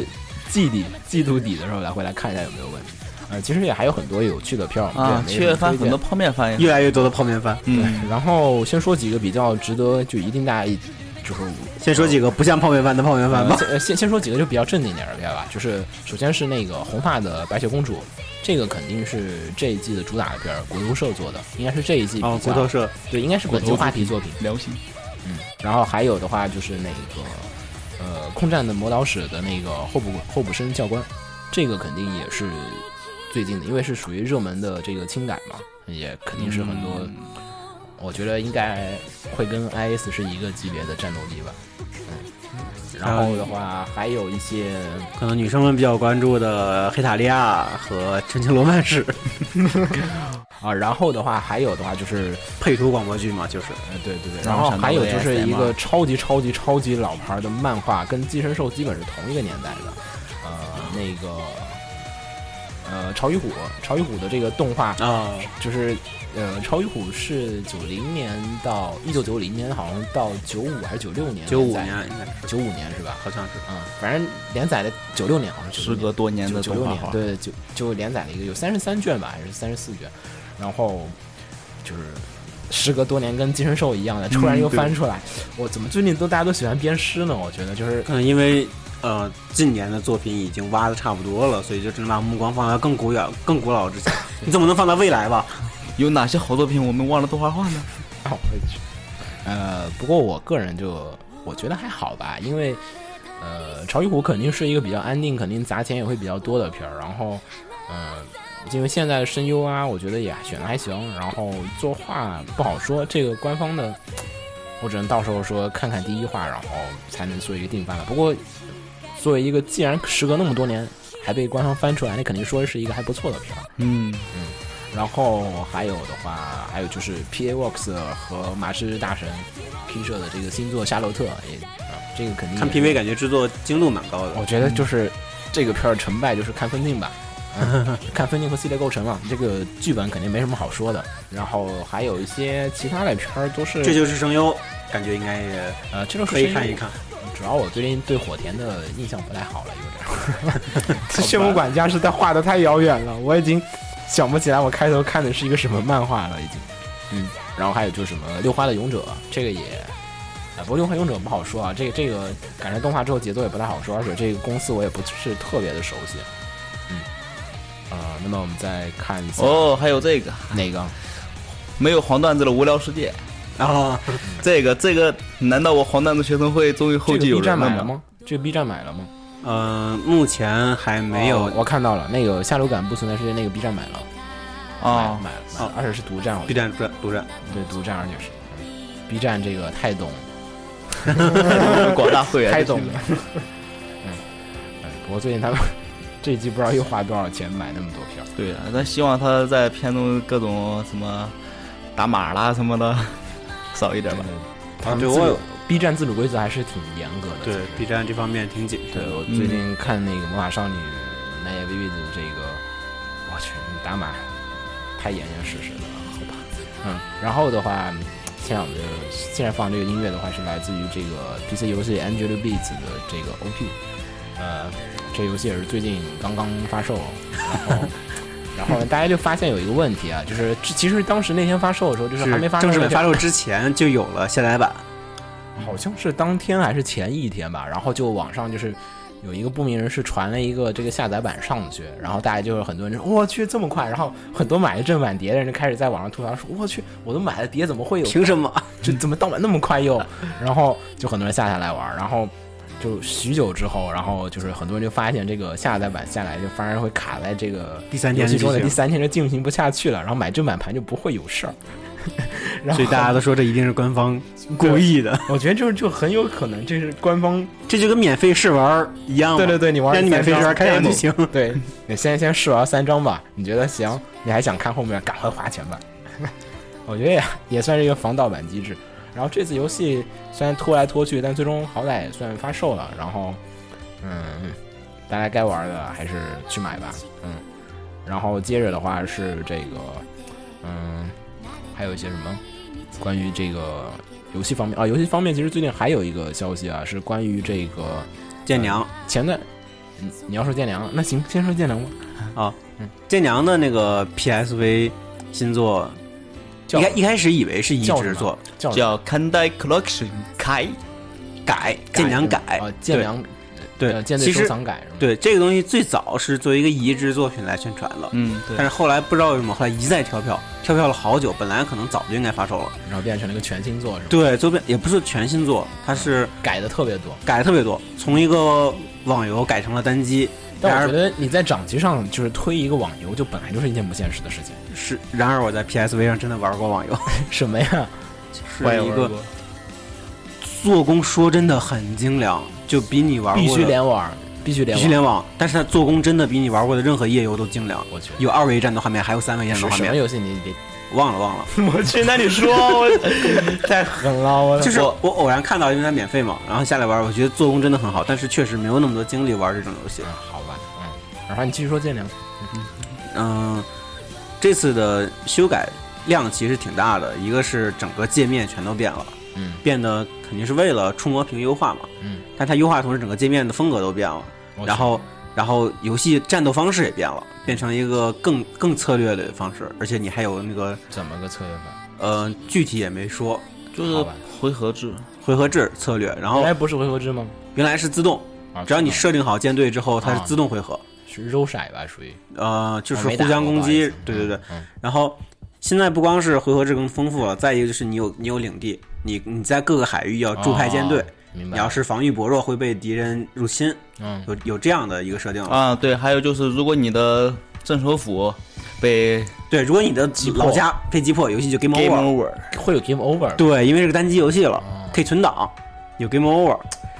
Speaker 2: 季底季度底的时候来回来看一下有没有问题。呃，其实也还有很多有趣的片儿，我们
Speaker 4: 啊，
Speaker 2: 这也
Speaker 4: 七
Speaker 2: 没什么
Speaker 4: 月番
Speaker 2: 推荐
Speaker 4: 很多泡面番呀。
Speaker 3: 越来越多的泡面 番。
Speaker 4: 嗯，
Speaker 2: 然后先说几个比较值得，就一定大家一就是
Speaker 3: 先说几个不像泡面番的泡面番
Speaker 2: 呃
Speaker 3: 吧。
Speaker 2: 先呃先先说几个就比较正经点儿的片吧，就是首先是那个红发的白雪公主，这个肯定是这一季的主打的片儿，国图社做的，应该是这一季比
Speaker 3: 哦，
Speaker 2: 较
Speaker 3: 骨头社
Speaker 2: 对，应该是本季话题作品。
Speaker 4: 良心。
Speaker 2: 嗯然后还有的话就是那个呃空战的魔导使的那个候补候补生教官，这个肯定也是最近的，因为是属于热门的这个轻改嘛，也肯定是很多，我觉得应该会跟 IS 是一个级别的战斗机吧。嗯，然后的话还有一些
Speaker 3: 可能女生们比较关注的《黑塔利亚》和《纯情罗曼史》
Speaker 2: 啊，然后的话还有的话就是
Speaker 3: 配图广播剧嘛，就是
Speaker 2: 呃，对对对，
Speaker 4: 让
Speaker 2: 然
Speaker 4: 我
Speaker 2: 后
Speaker 4: 想到
Speaker 2: 还有
Speaker 4: 了
Speaker 2: 就是一
Speaker 4: ASMR
Speaker 2: 个超级超级超级老牌的漫画，跟《寄生兽》基本是同一个年代的，呃，那那个呃潮与虎，潮与虎的这个动画
Speaker 3: 啊，
Speaker 2: 就是呃，超与虎是九零年到一九九零年，好像到九五还是九六年连载？
Speaker 3: 九五年应该是，
Speaker 2: 九五年是吧？
Speaker 3: 好像是。
Speaker 2: 嗯，反正连载的九六年好像是
Speaker 4: 时隔多年的
Speaker 2: 九
Speaker 4: 动
Speaker 2: 六
Speaker 4: 画
Speaker 2: 年
Speaker 4: 化，
Speaker 2: 对就就连载了一个有三十三卷吧，还是三十四卷，然后就是时隔多年跟金神兽一样的，突然
Speaker 4: 嗯
Speaker 2: 又翻出来，我怎么最近都大家都喜欢编诗呢？我觉得就是
Speaker 3: 可能嗯因为呃近年的作品已经挖的差不多了，所以就只能把目光放到更古远、更古老 之前。你总不能放到未来吧？
Speaker 4: 有哪些好作品我们忘了动画化呢？
Speaker 2: 啊，我也去。呃，不过我个人就我觉得还好吧，因为呃，潮与虎肯定是一个比较安定，肯定砸钱也会比较多的片儿。然后，嗯、因为现在的声优啊，我觉得也选的还行。然后作画不好说，这个官方的，我只能到时候说看看第一话，然后才能做一个定番了。不过，作为一个既然时隔那么多年还被官方翻出来，那肯定说是一个还不错的片儿。
Speaker 4: 嗯，
Speaker 2: 然后还有的话，还有就是 PA Works 和麻师大神 P 社的这个新作《夏洛特》也，啊，这个肯定
Speaker 3: 看
Speaker 2: 也是
Speaker 3: PV 感觉制作精度蛮高的。
Speaker 2: 我觉得就是这个片儿成败就是看分镜吧，嗯 看分镜和系列构成嘛，这个剧本肯定没什么好说的。然后还有一些其他的片儿都是，
Speaker 3: 这就是声优，感觉应该也
Speaker 2: 呃，这都是
Speaker 3: 可以
Speaker 2: 声
Speaker 3: 看一
Speaker 2: 优
Speaker 3: 看。
Speaker 2: 主要我最近对火田的印象不太好了，有点儿。
Speaker 5: 炫舞管家是在画的太遥远了，我已经
Speaker 2: 想不起来我开头看的是一个什么漫画了，已经。嗯，然后还有就是什么六花的勇者，这个也，啊，不过六花勇者不好说啊，这个这个赶上动画之后节奏也不太好说，而且这个公司我也不是特别的熟悉。嗯，呃，那么我们再看一下、
Speaker 4: 哦，还有这个
Speaker 2: 哪个？
Speaker 4: 没有黄段子的无聊世界，
Speaker 3: 然后
Speaker 4: 这个这个，难道我黄段子学生会终于后
Speaker 2: 这
Speaker 4: 继
Speaker 2: 个
Speaker 4: 有
Speaker 2: B 站
Speaker 4: 人
Speaker 2: 买了
Speaker 4: 了？
Speaker 2: 吗？这个 B 站买了吗？
Speaker 3: 呃，目前还没有
Speaker 2: 哦我看到了那个下流感不存在世界那个 B 站买了，
Speaker 4: 啊
Speaker 2: 买，买了，买了而且是独占，我
Speaker 3: 哦 B
Speaker 2: 觉得
Speaker 3: 站独独占。
Speaker 2: 对独占，而且是、 嗯 B 站这个太懂
Speaker 4: 啊 广大会员
Speaker 2: 太懂了。嗯，哎，不过最近他们 这一季不知道又花多少钱买那么多票。
Speaker 4: 对啊，咱希望他在片中各种什么打码啦什么的 少一点吧。
Speaker 2: 他们
Speaker 3: 啊对
Speaker 2: 自
Speaker 3: 我
Speaker 2: 主
Speaker 3: 有
Speaker 2: B 站自主规则还是挺严格的。
Speaker 3: 对
Speaker 2: 其实
Speaker 3: B 站这方面挺谨慎
Speaker 2: 对
Speaker 3: 的。
Speaker 2: 我最近看那个《魔法少女奈叶薇薇》的这个，我去打码太严严实实的了，好吧。嗯，然后的话，现在我们就现在放这个音乐的话是来自于这个 PC 游戏 Angel Beats 的这个 OP，呃，这游戏也是最近刚刚发售，然 后。然后呢，大家就发现有一个问题啊，就是其实当时那天发售的时候，就是还没发售，
Speaker 3: 正式版发售之前就有了下载版，
Speaker 2: 好像是当天还是前一天吧，然后就网上就是有一个不明人士传了一个这个下载版上去，然后大家就是很多人说我去这么快，然后很多买了正版碟的人就开始在网上吐槽说我去我都买了碟怎么会有
Speaker 3: 凭 什么？
Speaker 2: 就怎么盗版那么快又，然后就很多人下下来玩儿，然后就许久之后，然后就是很多人就发现这个下载版下来就反而会卡在这个
Speaker 3: 第三天
Speaker 2: 游戏中的
Speaker 3: 就行
Speaker 2: 第三天就进行不下去了，然后买正版盘就不会有事儿，然
Speaker 3: 所
Speaker 2: 后
Speaker 3: 以大家都说这一定是官方故意的，
Speaker 2: 我觉得就是就很有可能这是官方
Speaker 3: 这就跟免费试玩儿一样嘛。
Speaker 2: 对对对，你玩
Speaker 3: 让你免费试玩儿看一下剧情。
Speaker 2: 对，你先先试玩三张吧，你觉得行，你还想看后面，赶快花钱吧。 我觉得也也算是一个防盗版机制。然后这次游戏虽然拖来拖去，但最终好歹也算发售了。然后，嗯，大家该玩的还是去买吧，嗯。然后接着的话是这个，嗯，还有一些什么关于这个游戏方面啊，游戏方面其实最近还有一个消息啊，是关于这个
Speaker 3: 剑娘
Speaker 2: 前段，嗯你要说剑良，那行，先说剑良吧。
Speaker 3: 啊
Speaker 2: 嗯，
Speaker 3: 剑娘的那个 PSV 新作，
Speaker 2: 叫
Speaker 3: 一开一开始以为是移
Speaker 2: 叫什
Speaker 3: 植
Speaker 2: 么
Speaker 3: 作，
Speaker 2: 叫
Speaker 4: 叫 Candy Collection 凯，
Speaker 3: 改剑娘改
Speaker 2: 啊，剑良
Speaker 3: 对
Speaker 2: 呃
Speaker 3: 对，
Speaker 2: 剑
Speaker 3: 其
Speaker 2: 对收
Speaker 3: 实
Speaker 2: 藏改是吗？，
Speaker 3: 对这个东西最早是作为一个移植作品来宣传的，
Speaker 4: 嗯，
Speaker 3: 但
Speaker 4: 对
Speaker 3: 是，后来不知道为什么，后来一再跳票，跳票了好久，本来可能早就应该发售了。
Speaker 2: 然后变成了一个全新作是吗？
Speaker 3: 对，周边也不是全新作，它是
Speaker 2: 改的特别多，
Speaker 3: 改的特别多，从一个网游改成了单机，然
Speaker 2: 但我觉
Speaker 3: 而
Speaker 2: 得你在掌机上就是推一个网游，就本来就是一件不现实的事情。
Speaker 3: 是然而我在 PSV 上真的玩过 网游，
Speaker 2: 什么呀？
Speaker 3: 是
Speaker 4: 我也
Speaker 3: 一
Speaker 4: 玩
Speaker 3: 个
Speaker 4: 过
Speaker 3: 做工说真的很精良，就比你玩过
Speaker 2: 必
Speaker 3: 的
Speaker 2: 须联网，必须联网，
Speaker 3: 必须联网，但是它做工真的比你玩过的任何页游都精良，
Speaker 2: 我去，
Speaker 3: 有二维战斗画面，还有三维战斗
Speaker 2: 是
Speaker 3: 画
Speaker 2: 什么
Speaker 3: 面，
Speaker 2: 游戏？你别
Speaker 3: 忘了忘了，
Speaker 4: 我去，那你说 我
Speaker 2: 太狠了，嗯我
Speaker 3: 就是我偶然看到，因为它免费嘛，然后下来玩，我觉得做工真的很好，但是确实没有那么多精力玩这种游戏
Speaker 2: 嗯，。好吧，嗯，然后你继续说建良，
Speaker 3: 嗯、这次的修改量其实挺大的，一个是整个界面全都变了，
Speaker 2: 嗯，
Speaker 3: 变得肯定是为了触摸屏优化嘛，
Speaker 2: 嗯，
Speaker 3: 但它优化的同时整个界面的风格都变了，
Speaker 2: 我
Speaker 3: 然后然后游戏战斗方式也变了，变成一个更更策略的方式，而且你还有那个
Speaker 2: 怎么个策略法？
Speaker 3: 呃具体也没说
Speaker 4: 就是
Speaker 2: 好吧
Speaker 4: 回合制，
Speaker 3: 回合制策略，然
Speaker 2: 原
Speaker 3: 后
Speaker 2: 来不是回合制吗？
Speaker 3: 原来是自动，
Speaker 2: 哎啊，
Speaker 3: 只要你
Speaker 2: 是
Speaker 3: 设定好舰队之后，它是
Speaker 2: 啊
Speaker 3: 自动回合，
Speaker 2: 是揉骰吧，属于
Speaker 3: 呃，就是
Speaker 2: 我没
Speaker 3: 互
Speaker 2: 打
Speaker 3: 相
Speaker 2: 过
Speaker 3: 攻
Speaker 2: 不好意
Speaker 3: 击
Speaker 2: 思，
Speaker 3: 对对对，
Speaker 2: 嗯
Speaker 3: 然后现在不光是回合制更丰富了，再一个就是你有你有领地，你你在各个海域要驻派舰队，
Speaker 2: 哦明白？
Speaker 3: 你要是防御薄弱会被敌人入侵，
Speaker 2: 嗯，
Speaker 3: 有有这样的一个设定了。
Speaker 4: 啊，对，还有就是如果你的镇守府被
Speaker 3: 对，如果你的
Speaker 2: 破
Speaker 3: 老家被击破，游戏就 game
Speaker 4: game
Speaker 3: over。
Speaker 4: over，
Speaker 2: 会有 game over，
Speaker 3: 对，因为是个单机游戏了，
Speaker 2: 哦
Speaker 3: 可以存档，有 game over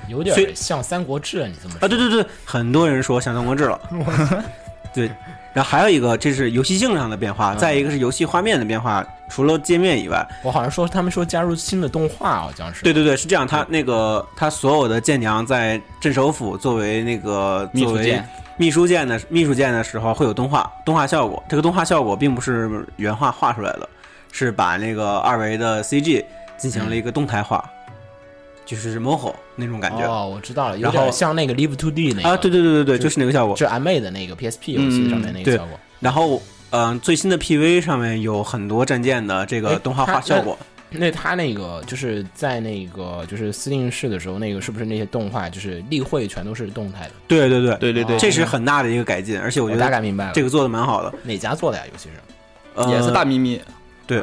Speaker 2: 有
Speaker 3: 所以
Speaker 2: 点像《三国志》啊，你这么
Speaker 3: 啊！
Speaker 2: 说，
Speaker 3: 对对对，很多人说像《三国志》了，对。然后还有一个，这是游戏性上的变化，再一个是游戏画面的变化。除了界面以外，
Speaker 2: 我好像说他们说加入新的动画，啊好像是
Speaker 3: 对对对，是这样。他那个他所有的舰娘在镇守府作为那个
Speaker 4: 秘
Speaker 3: 作
Speaker 4: 书
Speaker 3: 为
Speaker 4: 舰
Speaker 3: 秘书舰的秘书舰的时候会有动画动画效果，这个动画效果并不是原画画出来的，是把那个二维的 CG 进行了一个动态化，就是 moho 那种感觉、
Speaker 2: 哦，我知道了，有
Speaker 3: 然后
Speaker 2: 点像那个 Live to D 那个
Speaker 3: 啊，对对对对对，就是那个效果。
Speaker 2: 就安妹的那个 PSP 游戏上面那
Speaker 3: 对
Speaker 2: 个效果。
Speaker 3: 然后嗯、呃最新的 PV 上面有很多战舰的这
Speaker 2: 哎
Speaker 3: 个动画
Speaker 2: 它
Speaker 3: 化效
Speaker 2: 那
Speaker 3: 果，
Speaker 2: 那他那个就是在那个就是司令室的时候，那个是不是那些动画就是例会全都是动态的？
Speaker 3: 对对对，
Speaker 4: 对对对，
Speaker 3: 啊这是很大的一个改进，而且我
Speaker 2: 我
Speaker 3: 觉
Speaker 2: 大
Speaker 3: 得
Speaker 2: 概明白了，
Speaker 3: 这个做的蛮好的，
Speaker 2: 哪家做的呀？尤其是
Speaker 3: 呃、
Speaker 4: 也是大咪咪，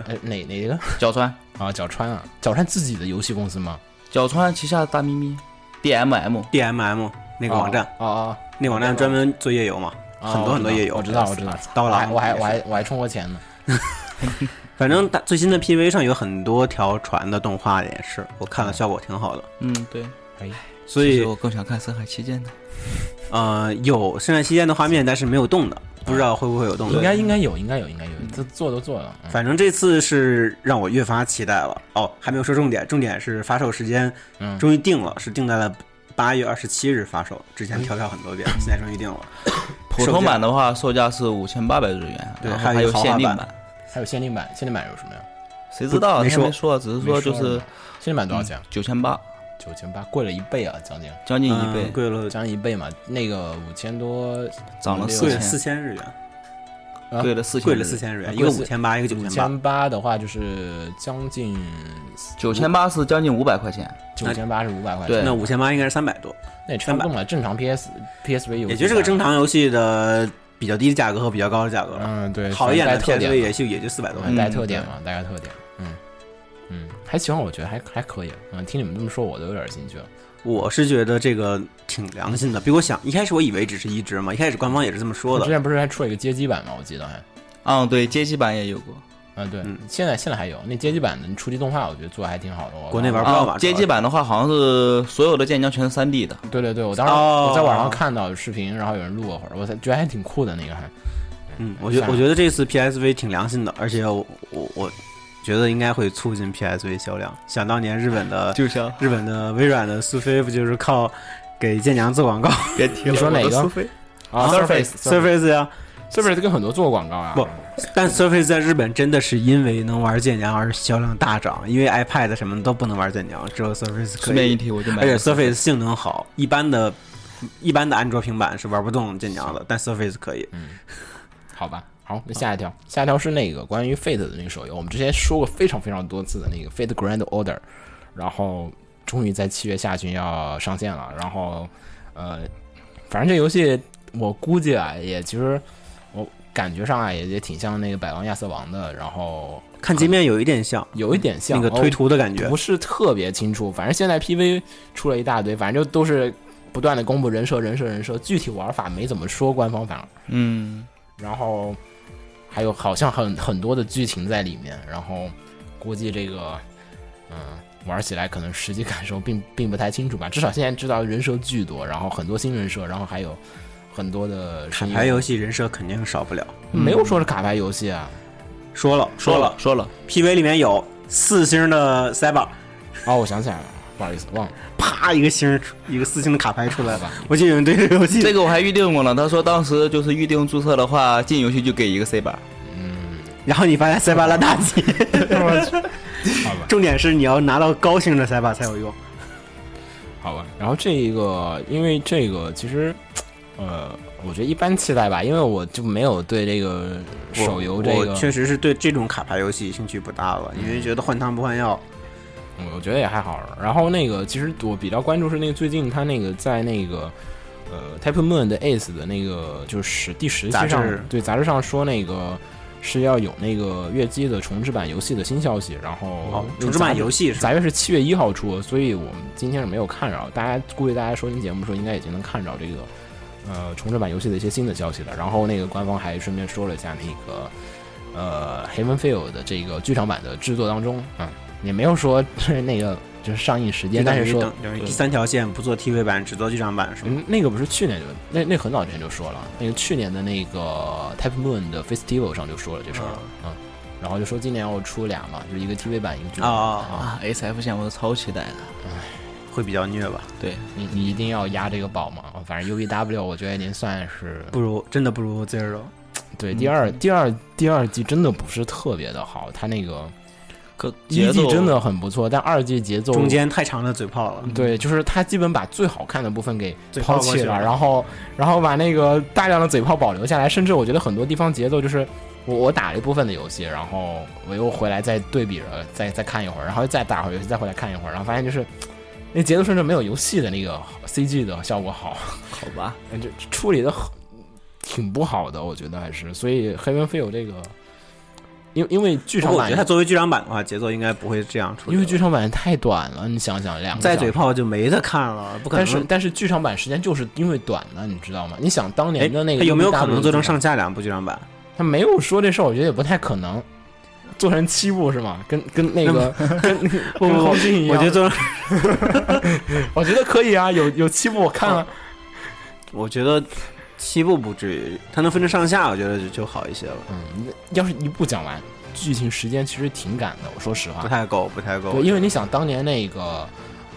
Speaker 2: 哎哪哪 个
Speaker 4: 啊角川，
Speaker 2: 啊？角川啊，角川自己的游戏公司吗？
Speaker 4: 角川旗下的大咪咪，DMM，
Speaker 3: DMM 那
Speaker 2: 那
Speaker 3: 个网站。
Speaker 2: 啊啊，
Speaker 3: 那网站专门做页游嘛，
Speaker 2: 啊
Speaker 3: 很多很多页游，
Speaker 2: 我知道我知道，
Speaker 3: 刀
Speaker 2: 我还
Speaker 3: 郎，
Speaker 2: 我还我还我还充过钱呢。
Speaker 3: 反正它最新的 PV 上有很多条船的动画演示，我看了效果挺好的，
Speaker 4: 嗯，对，
Speaker 3: 所
Speaker 4: 其
Speaker 3: 以
Speaker 4: 实我更想看《深海旗舰》的，
Speaker 3: 呃有圣战期间的画面，但是没有动的，不知道会不会有动
Speaker 2: 应
Speaker 3: 的。
Speaker 2: 该应该有，应该有，应该有，这做都做了。嗯
Speaker 3: 嗯反正这次是让我越发期待了。哦，还没有说重点，重点是发售时间
Speaker 2: 嗯
Speaker 3: 终于定了，是定在了八月二十七日发售，之前跳票很多遍，现在终于定了。
Speaker 4: 普通版的话售价是五千八百日元，
Speaker 3: 对
Speaker 4: 然后
Speaker 3: 还有
Speaker 4: 还有
Speaker 3: 豪华
Speaker 4: 限定
Speaker 3: 版
Speaker 4: 版，
Speaker 2: 还有限定版，限定版有什么呀？
Speaker 4: 谁知道？
Speaker 3: 没
Speaker 4: 他没
Speaker 3: 说
Speaker 4: 说，啊只是说就
Speaker 2: 没说
Speaker 4: 是
Speaker 2: 限定版多少钱？啊
Speaker 4: 九千八，
Speaker 2: 九千八，贵了一倍啊，将近
Speaker 4: 将近一
Speaker 3: 嗯
Speaker 4: 倍，
Speaker 3: 贵了
Speaker 2: 将近一倍嘛。那个五千多，
Speaker 4: 涨了
Speaker 2: 六
Speaker 3: 贵
Speaker 4: 四
Speaker 3: 了四
Speaker 4: 千，
Speaker 3: 千日元，
Speaker 2: 啊
Speaker 4: 贵了四千，
Speaker 3: 贵了四，千日元，一
Speaker 2: 贵
Speaker 3: 个
Speaker 2: 了
Speaker 3: 五千八，一个九
Speaker 2: 五
Speaker 3: 千八。
Speaker 2: 千八的话就是将近
Speaker 4: 九千八是将近五百块钱，
Speaker 2: 九千八是五百块
Speaker 4: 对
Speaker 2: 钱，
Speaker 3: 那五千八应该是三百多，
Speaker 2: 那也差不多嘛。正常 PS PSV 游戏
Speaker 3: 也就是
Speaker 2: 价
Speaker 3: 个
Speaker 2: 格
Speaker 3: 正常游戏的比较低的价格和比较高的价格了。
Speaker 2: 嗯对，
Speaker 3: 好一点
Speaker 2: 带
Speaker 3: 的
Speaker 2: 特
Speaker 3: PSV
Speaker 2: 点
Speaker 3: 也就也就四百多
Speaker 2: 嘛，
Speaker 3: 块
Speaker 2: 嗯
Speaker 3: 钱。
Speaker 2: 带特点嘛，带个特点，嗯嗯，还行，我觉得还还可以。嗯，听你们这么说，我都有点兴趣了。
Speaker 3: 我是觉得这个挺良心的，比我想一开始我以为只是一只嘛，一开始官方也是这么说
Speaker 2: 我之
Speaker 3: 的。
Speaker 2: 前不是还出了一个街机版嘛，我记得还。
Speaker 4: 嗯，对，街机版也有过，
Speaker 2: 啊，对
Speaker 3: 嗯，
Speaker 2: 现在现在还有那街机版的初级动画，我觉得做的还挺好的。我
Speaker 3: 国内玩不到吧
Speaker 4: 啊，街机版的话好像是所有的剑娘全是三 D 的，
Speaker 2: 对对对，我当时
Speaker 3: 哦
Speaker 2: 我在网上看到视频，然后有人录了会儿，我才觉得还挺酷的那个还。
Speaker 3: 嗯，我觉
Speaker 2: 是
Speaker 3: 得
Speaker 2: 啊
Speaker 3: 我觉得这次 PSV 挺良心的，而且我我我觉得应该会促进 PSV 销量。想当年日本的
Speaker 4: 就像
Speaker 3: 日本的微软的苏菲不就是靠给剑娘做广告
Speaker 4: 别提
Speaker 2: 你说哪个啊 Surface
Speaker 3: Surface 呀？
Speaker 2: Surface 跟很多做过广告啊。
Speaker 3: 不但 Surface 在日本真的是因为能玩剑娘而销量大涨，因为 iPad 什么的都不能玩剑娘，只有 Surface 可
Speaker 4: 顺便
Speaker 3: 以
Speaker 4: 一。提，我就买
Speaker 3: 而
Speaker 4: 了
Speaker 3: 且
Speaker 4: 个
Speaker 3: Surface 性能好，一般的、一般的安卓平板是玩不动剑娘的，但 Surface 可以。
Speaker 2: 好吧，好，那下一条，下一条是那个关于 Fate 的那个手游，我们之前说过非常非常多次的那个 Fate Grand Order，然后终于在七月下旬要上线了，然后呃，反正这游戏我估计啊，也其实我感觉上啊，也也挺像那个《百王亚瑟王》的，然后
Speaker 3: 看界面有一点像
Speaker 2: 有一点像哦
Speaker 3: 那个推图的感觉
Speaker 2: 不，是特别清楚。反正现在 PV 出了一大堆，反正就都是不断的公布人设、人设、人设，具体玩法没怎么说，官方反而。
Speaker 4: 嗯，
Speaker 2: 然后还有好像很很多的剧情在里面，然后估计这个嗯玩起来可能实际感受并并不太清楚吧，至少现在知道人设巨多，然后很多新人设，然后还有很多的
Speaker 3: 卡
Speaker 2: 声
Speaker 3: 牌
Speaker 2: 优，
Speaker 3: 游戏人设肯定少不了。
Speaker 2: 没有说是卡牌游戏啊，
Speaker 3: 说了
Speaker 4: 说了说了，
Speaker 3: ，PV 里面有四星的 Cyber，
Speaker 2: 哦，我想起来了，不好意思，忘了。
Speaker 3: 啪一个星儿一个四星的卡牌出来
Speaker 2: 好吧，
Speaker 3: 我竟然对这个游戏
Speaker 4: 这个我还预定过呢。他说当时就是预定注册的话，进游戏就给一个 C 版。
Speaker 3: 然后你发现塞巴拉大 吉，
Speaker 2: 好吧，
Speaker 3: 重点是你要拿到高星的塞巴才有用。
Speaker 2: 好吧。然后这一个，因为这个其实，呃，我觉得一般期待吧，因为我就没有对这个手游这
Speaker 3: 我
Speaker 2: 个，
Speaker 3: 确实是对这种卡牌游戏兴趣不大了，因为觉得换汤不换药。
Speaker 2: 我我觉得也还好。然后那个，其实我比较关注是那个最近他那个在那个呃 Type Moon 的 Ace 的那个就是第十
Speaker 3: 杂
Speaker 2: 期上
Speaker 3: 志
Speaker 2: 对杂志上说那个。是要有那个月姬的重置版游戏的新消息，然后、
Speaker 3: 哦重置版游戏是吧
Speaker 2: 咱月是七月一号出，所以我们今天是没有看着。大家估计大家收听节目的时候，应该已经能看着这个呃重置版游戏的一些新的消息了。然后那个官方还顺便说了一下那个呃《Havenfield》的这个剧场版的制作当中，嗯，也没有说那个就是上映时
Speaker 3: 就
Speaker 2: 间，但
Speaker 3: 等
Speaker 2: 是
Speaker 3: 于
Speaker 2: 说
Speaker 3: 等等于
Speaker 2: 对
Speaker 3: 第三条线不做 TV 版，只做剧场版是吗？
Speaker 2: 嗯，那个不是去年就那那很早之前就说了，那个去年的那个 Type Moon 的 Festival 上就说了这事儿了，
Speaker 3: 啊
Speaker 2: 嗯，然后就说今年要出俩嘛，就是一个 TV 版，一个剧场版
Speaker 3: 哦
Speaker 2: 啊
Speaker 4: 啊，S F 线我是超期待的。
Speaker 3: 会比较虐吧？
Speaker 4: 对，
Speaker 2: 你你一定要压这个宝嘛，啊反正 UBW 我觉得您算是
Speaker 3: 不如真的不如 Zero。
Speaker 2: 对第二第二第二季真的不是特别的好，它那个
Speaker 4: 可
Speaker 2: 一
Speaker 4: 节
Speaker 2: 季
Speaker 4: 奏
Speaker 2: 真的很不错，但二季节奏
Speaker 3: 中间太长的嘴炮了，
Speaker 2: 对，就是他基本把最好看的部分给
Speaker 3: 嘴
Speaker 2: 抛
Speaker 3: 炮过
Speaker 2: 弃
Speaker 3: 去
Speaker 2: 了，
Speaker 3: 了
Speaker 2: 然后然后把那个大量的嘴炮保留下来，甚至我觉得很多地方节奏就是我我打了一部分的游戏，然后我又回来再对比着再再看一会儿，然后再打会儿游戏再回来看一会儿，然后发现就是那节奏甚至没有游戏的那个 CG 的效果好，
Speaker 4: 好吧？
Speaker 2: 这处理的很挺不好的，我觉得还是，所以黑文飞有这个，因为因为剧
Speaker 3: 不
Speaker 2: 场
Speaker 3: 过我觉
Speaker 2: 版
Speaker 3: 得它作为剧场版的话，节奏应该不会这样处理了。
Speaker 2: 因为剧场版太短了，你想想两个
Speaker 3: 再
Speaker 2: 小时
Speaker 3: 嘴炮就没得看了，不可
Speaker 2: 但是
Speaker 3: 能。
Speaker 2: 但是剧场版时间就是因为短呢，你知道吗？你想当
Speaker 3: 哎，
Speaker 2: 年的那个
Speaker 3: 它有没有
Speaker 2: UBW
Speaker 3: 可能做成上下两部剧场版？
Speaker 2: 他没有说这事儿，我觉得也不太可能。做成七部是吗？跟跟那个 跟
Speaker 3: 不
Speaker 2: 跟
Speaker 3: 不不
Speaker 2: 后进一
Speaker 3: 我
Speaker 2: 样，
Speaker 3: 觉得做成，
Speaker 2: 我觉得可以啊，有有七部我看了。
Speaker 3: 我觉得七部不至于，它能分成上下，我觉得就就好一些了。
Speaker 2: 嗯，要是一部讲完，剧情时间其实挺赶的。我说实话
Speaker 3: 不，太够，不太够。
Speaker 2: 对，因为你想当年那个。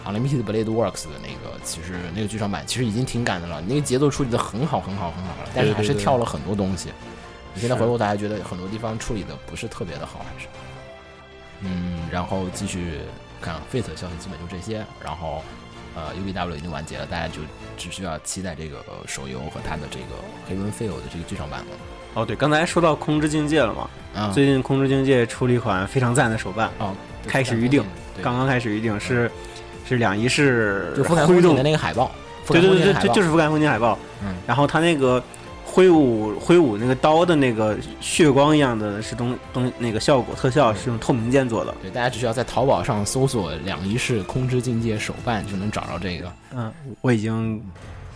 Speaker 2: 啊 Limited Blade Works 的那个，其实那个剧场版其实已经挺赶的了，那个节奏处理的很好，很好，很好了，但是还是跳了很多东西。你现在回过头来，觉得很多地方处理的不是特别的好，还是。嗯，然后继续看 Fate 的消息，基本就这些。然后，呃，UBW 已经完结了，大家就只需要期待这个呃手游和它的这个黑文 f a 的这个剧场版了。
Speaker 3: 哦，对，刚才说到空之境界了嘛，
Speaker 2: 啊、
Speaker 3: 最近空之境界出了一款非常赞的手办，
Speaker 2: 哦，对
Speaker 3: 开始预定，
Speaker 2: 对
Speaker 3: 刚刚开始预定是是两仪式
Speaker 2: 就覆盖
Speaker 3: 挥
Speaker 2: 风景
Speaker 3: 动
Speaker 2: 的，那个海报，
Speaker 3: 对对对对，就是是覆盖风景海报。
Speaker 2: 嗯
Speaker 3: 然后它那个挥舞挥舞那个刀的那个血光一样的是东东那个效果特效是用透明件做的，
Speaker 2: 对，大家只需要在淘宝上搜索“两仪式空之境界手办”就能找着这个。
Speaker 3: 嗯，我已经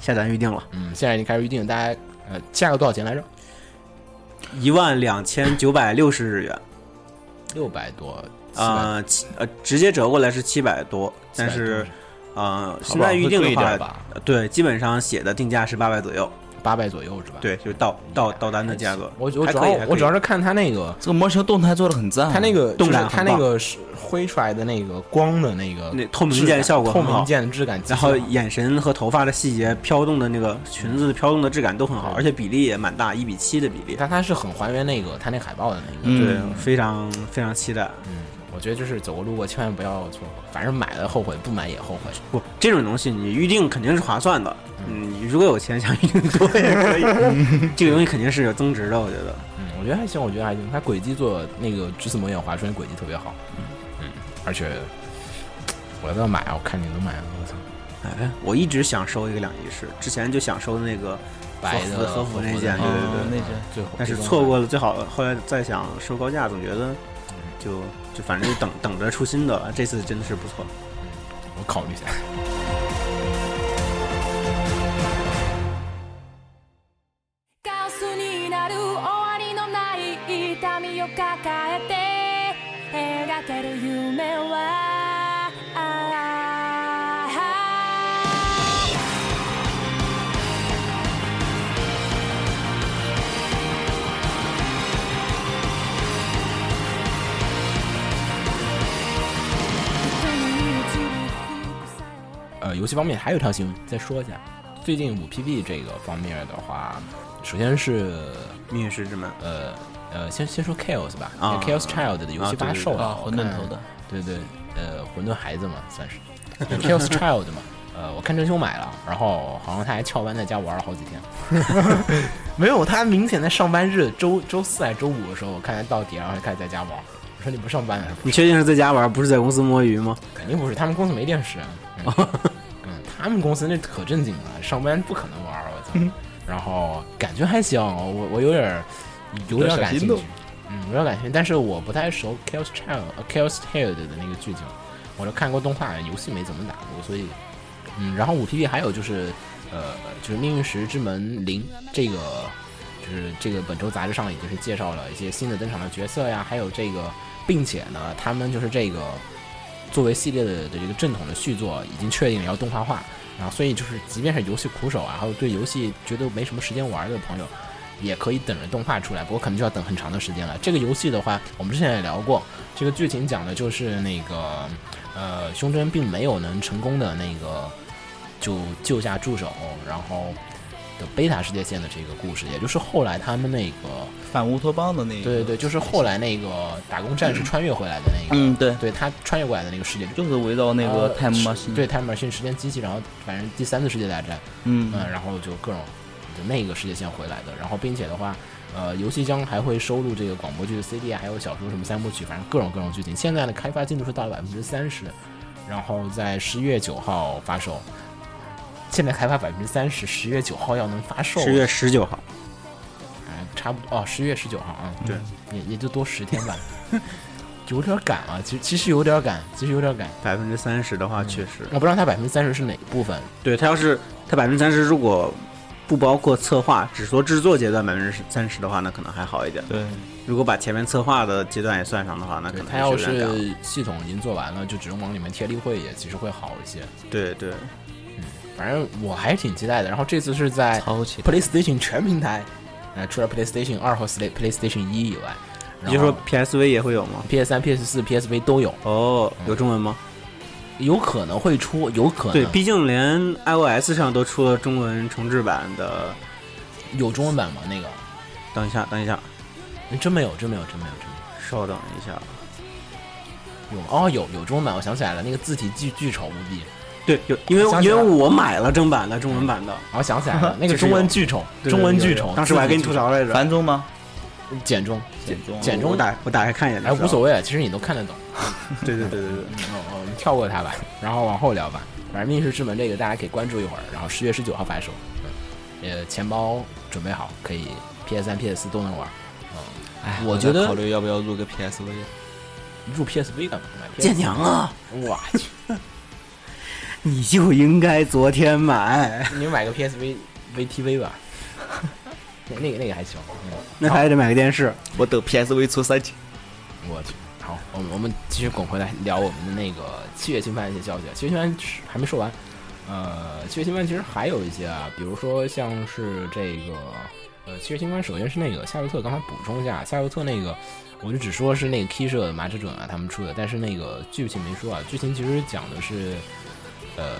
Speaker 3: 下单预定了，
Speaker 2: 嗯，现在已经开始预定，大家呃，价格多少钱来着？
Speaker 3: 一万两千九百六十日元。
Speaker 2: 六百多，700
Speaker 3: 呃，七呃，直接折过来是七百多，但是，呃，
Speaker 2: 700多
Speaker 3: 现在预定
Speaker 2: 会贵
Speaker 3: 的
Speaker 2: 一点
Speaker 3: 话，
Speaker 2: 吧，
Speaker 3: 呃对，基本上写的定价是八百左右，
Speaker 2: 八百左右是吧？
Speaker 3: 对，就是到到到单的价格。
Speaker 2: 我我
Speaker 3: 还
Speaker 2: 主
Speaker 3: 可以
Speaker 2: 要
Speaker 3: 还可以嗯
Speaker 2: 我主要是看它那个
Speaker 4: 这个模型动态做的很赞啊，
Speaker 2: 它那个
Speaker 3: 动感
Speaker 2: 它
Speaker 3: 很
Speaker 2: 那
Speaker 3: 棒
Speaker 2: 个是挥出来的那个光的那个
Speaker 3: 那透
Speaker 2: 质
Speaker 3: 明件
Speaker 2: 感
Speaker 3: 效果
Speaker 2: 透
Speaker 3: 很
Speaker 2: 明
Speaker 3: 好，
Speaker 2: 件质感极其
Speaker 3: 然
Speaker 2: 好，
Speaker 3: 后眼神和头发的细节、飘动的那个裙子飘动的质感都很好，
Speaker 2: 对
Speaker 3: 而且比例也蛮大，一比七的比例。
Speaker 2: 但它是很还原那个它那海报的那个。
Speaker 4: 嗯
Speaker 3: 对，非常非常期待。
Speaker 2: 我觉得就是走过路过千万不要错过，反正买了后悔，不买也后悔。
Speaker 3: 不，这种东西你预定肯定是划算的。嗯，如果有钱想预定多也 可以。这个东西肯定是有增值的，我觉得。
Speaker 2: 嗯，我觉得还行，我觉得还行。他轨迹做那个《橘子魔眼华春》轨迹特别好，嗯而且我要不要买啊？我看你能买啊！我操，
Speaker 3: 哎，我一直想收一个两仪式，之前就想收那个
Speaker 2: 白
Speaker 3: 和
Speaker 2: 的
Speaker 3: 服和服那件，
Speaker 2: 的
Speaker 3: 对对对。
Speaker 4: 对对对
Speaker 2: 最后
Speaker 3: 但是错过了最好，后来再想收高价，总觉得就就反正就等等着出新的了。这次真的是不错。
Speaker 2: 我考虑一下。
Speaker 1: カオスになる終わりのない痛みを抱えて描ける夢は人に移り
Speaker 2: 呃游戏方面还有一条新闻，再说一下。最近五 PB 这个方面的话，首先是
Speaker 3: 命运石之门
Speaker 2: 呃呃，先先说 Chaos 吧、
Speaker 3: 啊
Speaker 2: c h a o s Child 的游戏发售了，
Speaker 4: 啊，
Speaker 2: 我
Speaker 4: 混
Speaker 2: 看
Speaker 4: 沌头的，
Speaker 2: 对对，呃，混沌孩子嘛，算是 Chaos Child 嘛。呃，我看真兄买了，然后好像他还翘班在家玩了好几天。没有，他明显在上班日周周四还是周五的时候，我看他到点然后开始在家玩。我说你不上班啊？
Speaker 3: 你确定是在家玩，不是在公司摸鱼吗？
Speaker 2: 肯定不是，他们公司没电 视。嗯，嗯他们公司那可正经了，上班不可能玩儿，我操。
Speaker 4: 嗯
Speaker 2: 然后感觉还行，我我有点儿有点儿感兴
Speaker 4: 有点小心动
Speaker 2: 趣，嗯，有点儿感兴趣，但是我不太熟 Chaos Child、Chaos 呃 Child 的那个剧情，我就看过动画，游戏没怎么打过，所以嗯，然后五 P P 还有就是呃，就是命运石之门零这个。就是这个本周杂志上已经是介绍了一些新的登场的角色呀，还有这个，并且呢，他们就是这个作为系列的的这个正统的啊续作，已经确定了要动画化。然后，所以就是，即便是游戏苦手啊，还有对游戏觉得没什么时间玩的朋友，也可以等着动画出来。不过，可能就要等很长的时间了。这个游戏的话，我们之前也聊过，这个剧情讲的就是那个，呃，胸针并没有能成功的那个就救下助手，然后的贝塔世界线的这个故事，也就是后来他们那个，
Speaker 4: 反乌托邦的那个，
Speaker 2: 对对对，就是后来那个打工战士穿越回来的那个，
Speaker 4: 嗯对
Speaker 2: 对他穿越过来的那个世界，
Speaker 4: 就是围绕那个
Speaker 2: 呃
Speaker 4: time
Speaker 2: 是
Speaker 4: machine，
Speaker 2: 对 time machine 时间机器，然后反正第三次世界大战，
Speaker 4: 嗯，
Speaker 2: 嗯，然后就各种就那个世界线回来的，然后并且的话，呃，游戏将还会收录这个广播剧、CD，还有小说什么三部曲，反正各种各种剧情。现在的开发进度是到了百分之三十，然后在十一月九号发售。现在开发百分之三十，十月九号要能发售，
Speaker 3: 十月十九号，
Speaker 2: 哎，差不多哦，十月十九号啊，
Speaker 3: 对，
Speaker 2: 也也就多十天吧， 有点赶啊，其实其实有点赶，其实有点赶，啊
Speaker 3: 百分之三十的话，确实，
Speaker 2: 我不知道它百分之三十是哪部分，
Speaker 3: 对他要是他百分之三十如果不包括策划，只说制作阶段百分之三十的话，那可能还好一点。
Speaker 4: 对，
Speaker 3: 如果把前面策划的阶段也算上的话，那
Speaker 2: 对，
Speaker 3: 可能
Speaker 2: 它
Speaker 3: 还
Speaker 2: 要
Speaker 3: 有点赶。
Speaker 2: 是系统已经做完了，就只能往里面贴例会，也其实会好一些。
Speaker 3: 对对，
Speaker 2: 反正我还是挺期待的。然后这次是在
Speaker 4: 超期待
Speaker 2: PlayStation 全平台，呃，除了 PlayStation 二和 Play- PlayStation 一以外，
Speaker 3: 你就说 PSV 也会有吗？
Speaker 2: PS 三、PS 四、PSV 都有，
Speaker 3: 哦，有中文吗？
Speaker 2: 嗯有可能会出，有可能
Speaker 3: 对，毕竟连 iOS 上都出了中文重制版的。
Speaker 2: 有中文版吗？那个
Speaker 3: 等一下，等一下，
Speaker 2: 嗯真没有，真没有，真没有，真
Speaker 3: 稍等一下。
Speaker 2: 没有。有吗哦，有有中文版，我想起来了，那个字体巨巨丑无比。
Speaker 3: 对，有因为
Speaker 2: 我想起
Speaker 3: 因
Speaker 2: 来
Speaker 3: 为
Speaker 2: 了
Speaker 3: 我买了正版的中文版的，
Speaker 2: 然后想起来 了，那
Speaker 3: 就
Speaker 2: 个
Speaker 3: 是
Speaker 2: 中文
Speaker 3: 有
Speaker 2: 巨丑，
Speaker 3: 对
Speaker 2: 中文
Speaker 3: 对对
Speaker 2: 巨
Speaker 3: 对
Speaker 2: 丑。
Speaker 3: 当时我还跟你吐槽来着，
Speaker 4: 繁中吗？
Speaker 2: 简中，
Speaker 4: 简中，
Speaker 2: 简中
Speaker 3: 我打我打开看一眼就
Speaker 2: 哎，
Speaker 3: 知道了，
Speaker 2: 无所谓，其实你都看得懂。
Speaker 3: 对。对对对对对，
Speaker 4: 嗯
Speaker 2: 哦，哦我们跳过它吧，然后往后聊吧。反正《命运石之门》这个大家可以关注一会儿，然后十月十九号发售，嗯，呃，钱包准备好，可以 PS 三、PS 四都能玩。
Speaker 4: 哎，
Speaker 2: 我
Speaker 4: 在
Speaker 2: 觉得
Speaker 4: 考虑要不要入个 PSV，
Speaker 2: 入 PSV 干嘛？ 买 PS
Speaker 3: 建娘啊，
Speaker 2: 哇，去
Speaker 3: 你就应该昨天买，
Speaker 2: 你买个 PSV VTV 吧，那 那个那个还行。嗯，
Speaker 3: 那还得买个电视。
Speaker 4: 我等 PSV 出三千，
Speaker 2: 我去，好，我们我们继续滚回来聊我们的那个七月新番的一些消息。啊七月新番是还没说完，呃，七月新番其实还有一些啊，比如说像是这个，呃，七月新番首先是那个夏洛特，刚才补充一下，夏洛特那个，我就只说是那个 K 社麻之准啊他们出的，但是那个剧情没说啊，剧情其实讲的是，呃，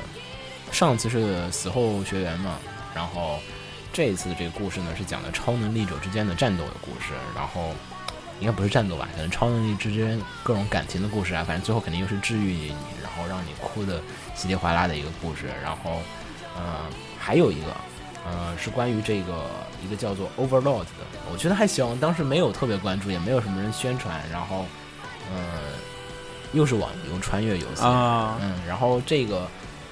Speaker 2: 上次是死后学员嘛，然后这一次的这个故事呢是讲的超能力者之间的战斗的故事，然后。应该不是战斗吧，可能超能力之间各种感情的故事啊，反正最后肯定又是治愈你，然后让你哭的稀里哗啦的一个故事。然后，呃，还有一个，呃，是关于这个一个叫做 Overlord 的，我觉得还行，当时没有特别关注，也没有什么人宣传。然后，呃，又是网游穿越游戏，
Speaker 3: 啊，
Speaker 2: 嗯，然后这个。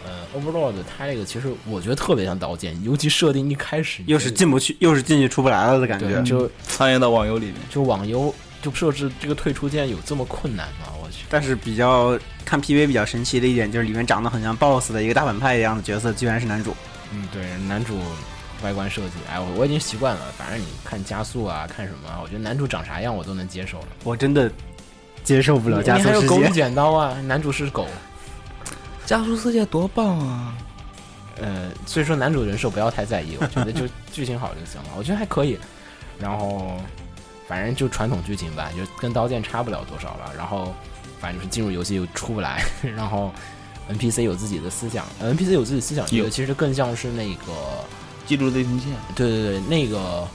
Speaker 2: 呃，Overlord 它这个其实我觉得特别像刀剑，尤其设定一开始
Speaker 3: 又是进不去，又是进去出不来了的感
Speaker 2: 对，
Speaker 3: 觉。
Speaker 2: 就
Speaker 4: 穿越到网游里面，
Speaker 2: 就网游就设置这个退出键有这么困难吗？我去，
Speaker 3: 但是比较看 PV 比较神奇的一点就是，里面长得很像 BOSS 的一个大反派一样的角色，居然是男主。
Speaker 2: 嗯，对，男主外观设计，哎，我我已经习惯了，反正你看加速啊，看什么啊，我觉得男主长啥样我都能接受了。
Speaker 3: 我真的接受不了
Speaker 2: 你
Speaker 3: 加
Speaker 2: 还
Speaker 3: 速
Speaker 2: 有
Speaker 3: 世
Speaker 2: 狗与
Speaker 3: 界。
Speaker 2: 剪刀啊，男主是狗，
Speaker 4: 加速世界多棒啊！
Speaker 2: 呃，所以说男主人设不要太在意，我觉得就 剧情好就行了，我觉得还可以。然后反正就传统剧情吧， 就跟刀剑差不了多少了。然后反正就是进入游戏又出不来，然后 NPC 有自己的思想呃，NPC 有自己思想，这
Speaker 4: 有
Speaker 2: 个其实更像是那个，
Speaker 4: 记录地平线，
Speaker 2: 对对对，那个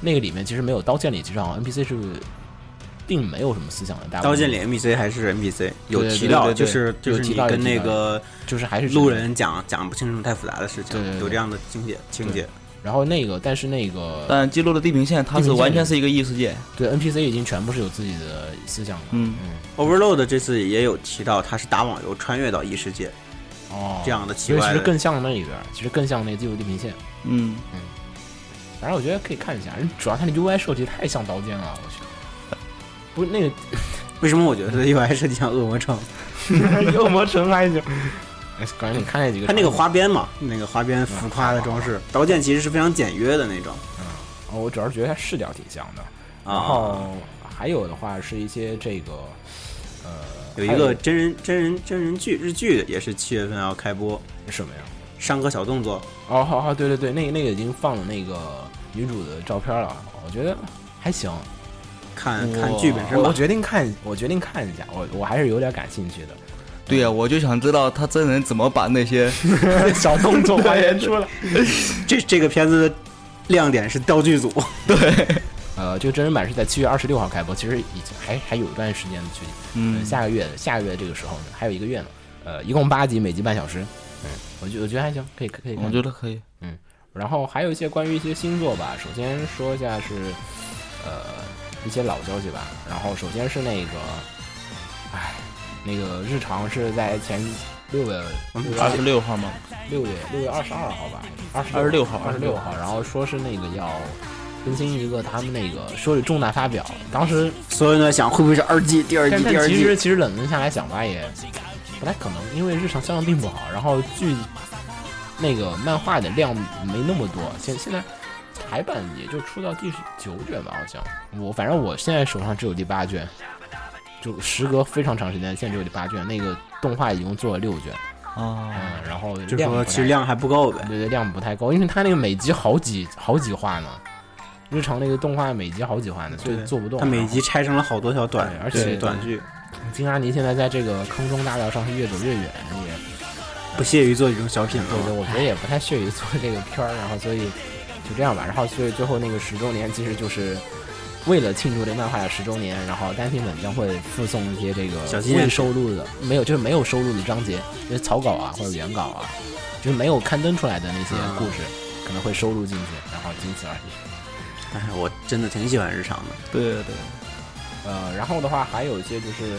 Speaker 2: 那个里面其实没有《刀剑》里，其实好像 NPC 是并没有什么思想的，大部分
Speaker 3: 刀剑里 NPC 还是 NPC 有
Speaker 2: 对对
Speaker 3: 提到，
Speaker 2: 对对
Speaker 3: 就
Speaker 2: 对
Speaker 3: 是就
Speaker 2: 有
Speaker 3: 是
Speaker 2: 提
Speaker 3: 你
Speaker 2: 到有
Speaker 3: 跟
Speaker 2: 提
Speaker 3: 那
Speaker 2: 到
Speaker 3: 个
Speaker 2: 就是还是
Speaker 3: 路人讲讲不清楚太复杂的事情
Speaker 2: 对对，对
Speaker 3: 有这样的情节情节。
Speaker 2: 然后那个，但是那个
Speaker 4: 但记录的地平线它
Speaker 2: 地
Speaker 4: 是
Speaker 2: 平线
Speaker 4: 完全是一个异世界，
Speaker 2: 对 NPC 已经全部是有自己的思想了。
Speaker 4: 嗯，
Speaker 3: Overload 这次也有提到，他是打网游穿越到异世界
Speaker 2: 哦，
Speaker 3: 这样的奇
Speaker 2: 所以其
Speaker 3: 怪
Speaker 2: 实
Speaker 3: 的。
Speaker 2: 更像那里边儿，其实更像那个《记录地平线》。
Speaker 4: 嗯，
Speaker 2: 反正我觉得可以看一下，主要它的 UI 设计太像刀剑了，我去。不是那个
Speaker 3: 为什么我觉得它 UI 设计像恶魔城？
Speaker 5: 恶魔城还行，
Speaker 2: 感觉哎你看那几个，
Speaker 3: 它那个花边嘛，那个花边浮夸的装
Speaker 2: 啊
Speaker 3: 饰，刀剑其实是非常简约的那种
Speaker 2: 哦，我主要是觉得它视角挺像的。然
Speaker 3: 啊。
Speaker 2: 后还有的话是一些这个，呃，
Speaker 3: 有一
Speaker 2: 还
Speaker 3: 个真人真人真人剧日剧也是七月份要开播，
Speaker 2: 什么呀？
Speaker 3: 上课小动作
Speaker 2: 哦，好好，对对对，那个那个已经放了那个女主的照片了，我觉得还行。
Speaker 3: 看
Speaker 4: 哇
Speaker 3: 看剧本身
Speaker 2: 我我
Speaker 3: 吧。
Speaker 2: 决定看，我决定看一下，我我还是有点感兴趣的。
Speaker 4: 对呀、我就想知道他真人怎么把那 些
Speaker 2: 小动作还原出来。
Speaker 3: 这这个片子的亮点是道具组，
Speaker 2: 呃，这个真人版是在七月二十六号开播，其实已经还还有一段时间的距离。
Speaker 4: 嗯
Speaker 2: 呃下个月下个月这个时候呢，还有一个月呢。呃，一共八集，每集半小时。嗯，我觉我觉得还行，可以可以看。
Speaker 4: 我觉得可以。
Speaker 2: 然后还有一些关于一些星座吧，首先说一下是，呃，一些老消息吧。然后首先是那个，哎，那个日常是在前六月
Speaker 4: 二十六号嘛，
Speaker 2: 六月六月二十二号吧，二十
Speaker 4: 26号
Speaker 2: 二十六号，然后说是那个要更新一个他们那个说是重大发表，当时
Speaker 3: 所有人都在想会不会是二季、第二季、
Speaker 2: 但
Speaker 3: 第
Speaker 2: 但
Speaker 3: 二
Speaker 2: 其
Speaker 3: 季
Speaker 2: 实？其实冷静下来想吧，也不太可能，因为日常销量并不好，然后剧那个漫画的量没那么多，现现在台版也就出到第十九卷吧，好像我反正我现在手上只有第八卷，就时隔非常长时间，现在只有第八卷，那个动画一共做了六卷，嗯
Speaker 4: 啊，，
Speaker 2: 然后
Speaker 3: 就
Speaker 2: 量
Speaker 3: 说
Speaker 2: 不
Speaker 3: 其实
Speaker 2: 太
Speaker 3: 量还不够呗。
Speaker 2: 对对，量不太高，因为它那个每集好几好几话呢，日常那个动画每集好几话呢，所以
Speaker 3: 对
Speaker 2: 做不动。
Speaker 3: 它每
Speaker 2: 然后
Speaker 3: 集拆成了好多条短
Speaker 2: 对，而且
Speaker 3: 对短剧，
Speaker 2: 金阿尼现在在这个坑中大道上是越走越远，也
Speaker 3: 不屑于做这种小品
Speaker 2: 对对，
Speaker 3: 了。
Speaker 2: 我觉得也不太屑于做这个片儿，然后所以就这样吧。然后所以最后那个十周年，其实就是为了庆祝这漫画的十周年，然后单行本将会附送一些这个
Speaker 3: 小纪念
Speaker 2: 未
Speaker 3: 品
Speaker 2: 收录的，没有就是没有收录的章节，就是草稿啊或者原稿啊，就是没有刊登出来的那些
Speaker 3: 啊
Speaker 2: 故事，可能会收录进去，然后仅此而已。
Speaker 3: 哎，我真的挺喜欢日常的。
Speaker 4: 对对，
Speaker 2: 呃，然后的话还有一些就是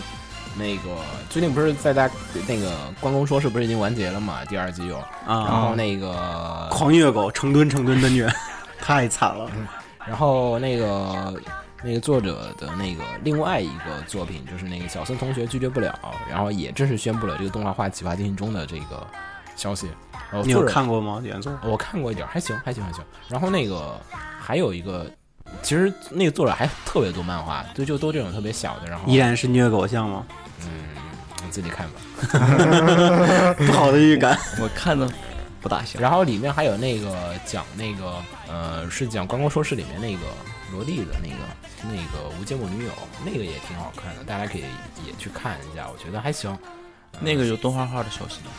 Speaker 2: 那个最近不是在大那个关公说是不是已经完结了嘛？第二季有，然
Speaker 3: 啊，
Speaker 2: 后那个，
Speaker 3: 狂虐狗成吨成吨的虐， 太惨了。
Speaker 2: 然后那个。那个作者的那个另外一个作品，就是那个小森同学拒绝不了，然后也正式宣布了这个动画化企划进行中的这个消息。然后
Speaker 3: 你
Speaker 2: 作
Speaker 3: 有
Speaker 2: 者
Speaker 3: 看过吗？原作？
Speaker 2: 我看过一点儿，还行，还行，还行。然后那个还有一个，其实那个作者还特别多漫画，就就都这种特别小的，然后
Speaker 3: 依然是虐狗像吗？
Speaker 2: 你自己看吧。
Speaker 3: 不好的预 感。
Speaker 4: 我看着不大行。
Speaker 2: 然后里面还有那个讲那个呃，是讲《关公说事》里面那个萝莉的那个那个无间道女友，那个也挺好看的，大家可以也去看一下，我觉得还行。
Speaker 4: 那个有动画化的消息吗？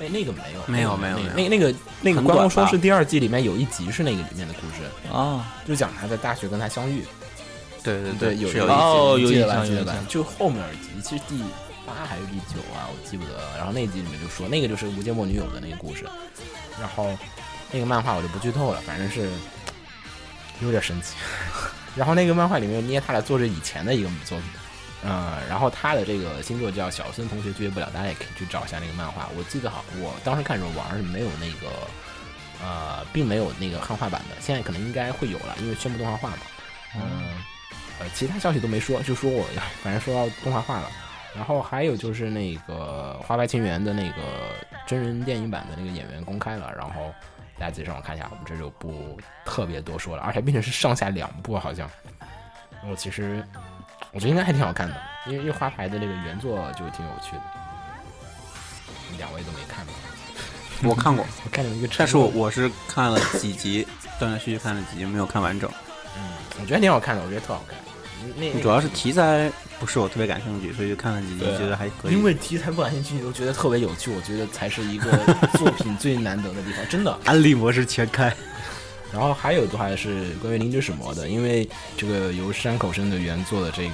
Speaker 2: 那那个没有，
Speaker 3: 没有
Speaker 2: 那个
Speaker 3: 没
Speaker 2: 那那个那个《
Speaker 3: 很
Speaker 2: 关公
Speaker 3: 短
Speaker 2: 说
Speaker 3: 吧
Speaker 2: 事》第二季里面有一集是那个里面的故事，
Speaker 4: 啊，
Speaker 2: 就讲他在大学跟他相遇。
Speaker 3: 对对
Speaker 2: 对，有
Speaker 3: 是
Speaker 2: 有
Speaker 3: 有
Speaker 2: 一集你记得
Speaker 3: 意思。
Speaker 4: 哦有印
Speaker 2: 吧
Speaker 4: 象
Speaker 2: 记得
Speaker 4: 有
Speaker 2: 吧
Speaker 4: 印象
Speaker 2: 就后面几集，其实第八还是第九啊，我记不得了。然后那集里面就说，那个就是无间默女友的那个故事。然后那个漫画我就不剧透了，反正是有点神奇。 然后那个漫画里面捏他的作者以前的一个作品，嗯，然后他的这个星座叫小森同学拒绝不了，大家也可以去找一下那个漫画。我记得好，我当时看的时候网上是没有那个。呃，并没有那个汉化版的，现在可能应该会有了，因为宣布动画化嘛。嗯，呃，其他消息都没说，就说我 要，反正说到动画化了。然后还有就是那个《花牌情缘》的那个真人电影版的那个演员公开了，然后大家自己上网看一下，我们这就不特别多说了，而且并且是上下两部好像。我其实我觉得应该还挺好看的，因为因为花牌的那个原作就挺有趣的。两位都没看吧？
Speaker 3: 我看过，
Speaker 2: 我看你们一个
Speaker 3: 但
Speaker 2: 陈
Speaker 3: 是我
Speaker 2: 述，
Speaker 3: 我是看了几集，断断续续看了几集，没有看完整。
Speaker 2: 嗯我觉得挺好看的，我觉得特好看。那
Speaker 3: 主要是题材不是我特别感兴趣，所以就看了几集，
Speaker 2: 对啊
Speaker 3: 觉得还可以。
Speaker 2: 因为题材不感兴趣，你都觉得特别有趣，我觉得才是一个作品最难得的地方，真的。
Speaker 3: 安利模式全开，
Speaker 2: 然后还有的话是关于《灵之使魔》的，因为这个由山口生的原作的这个《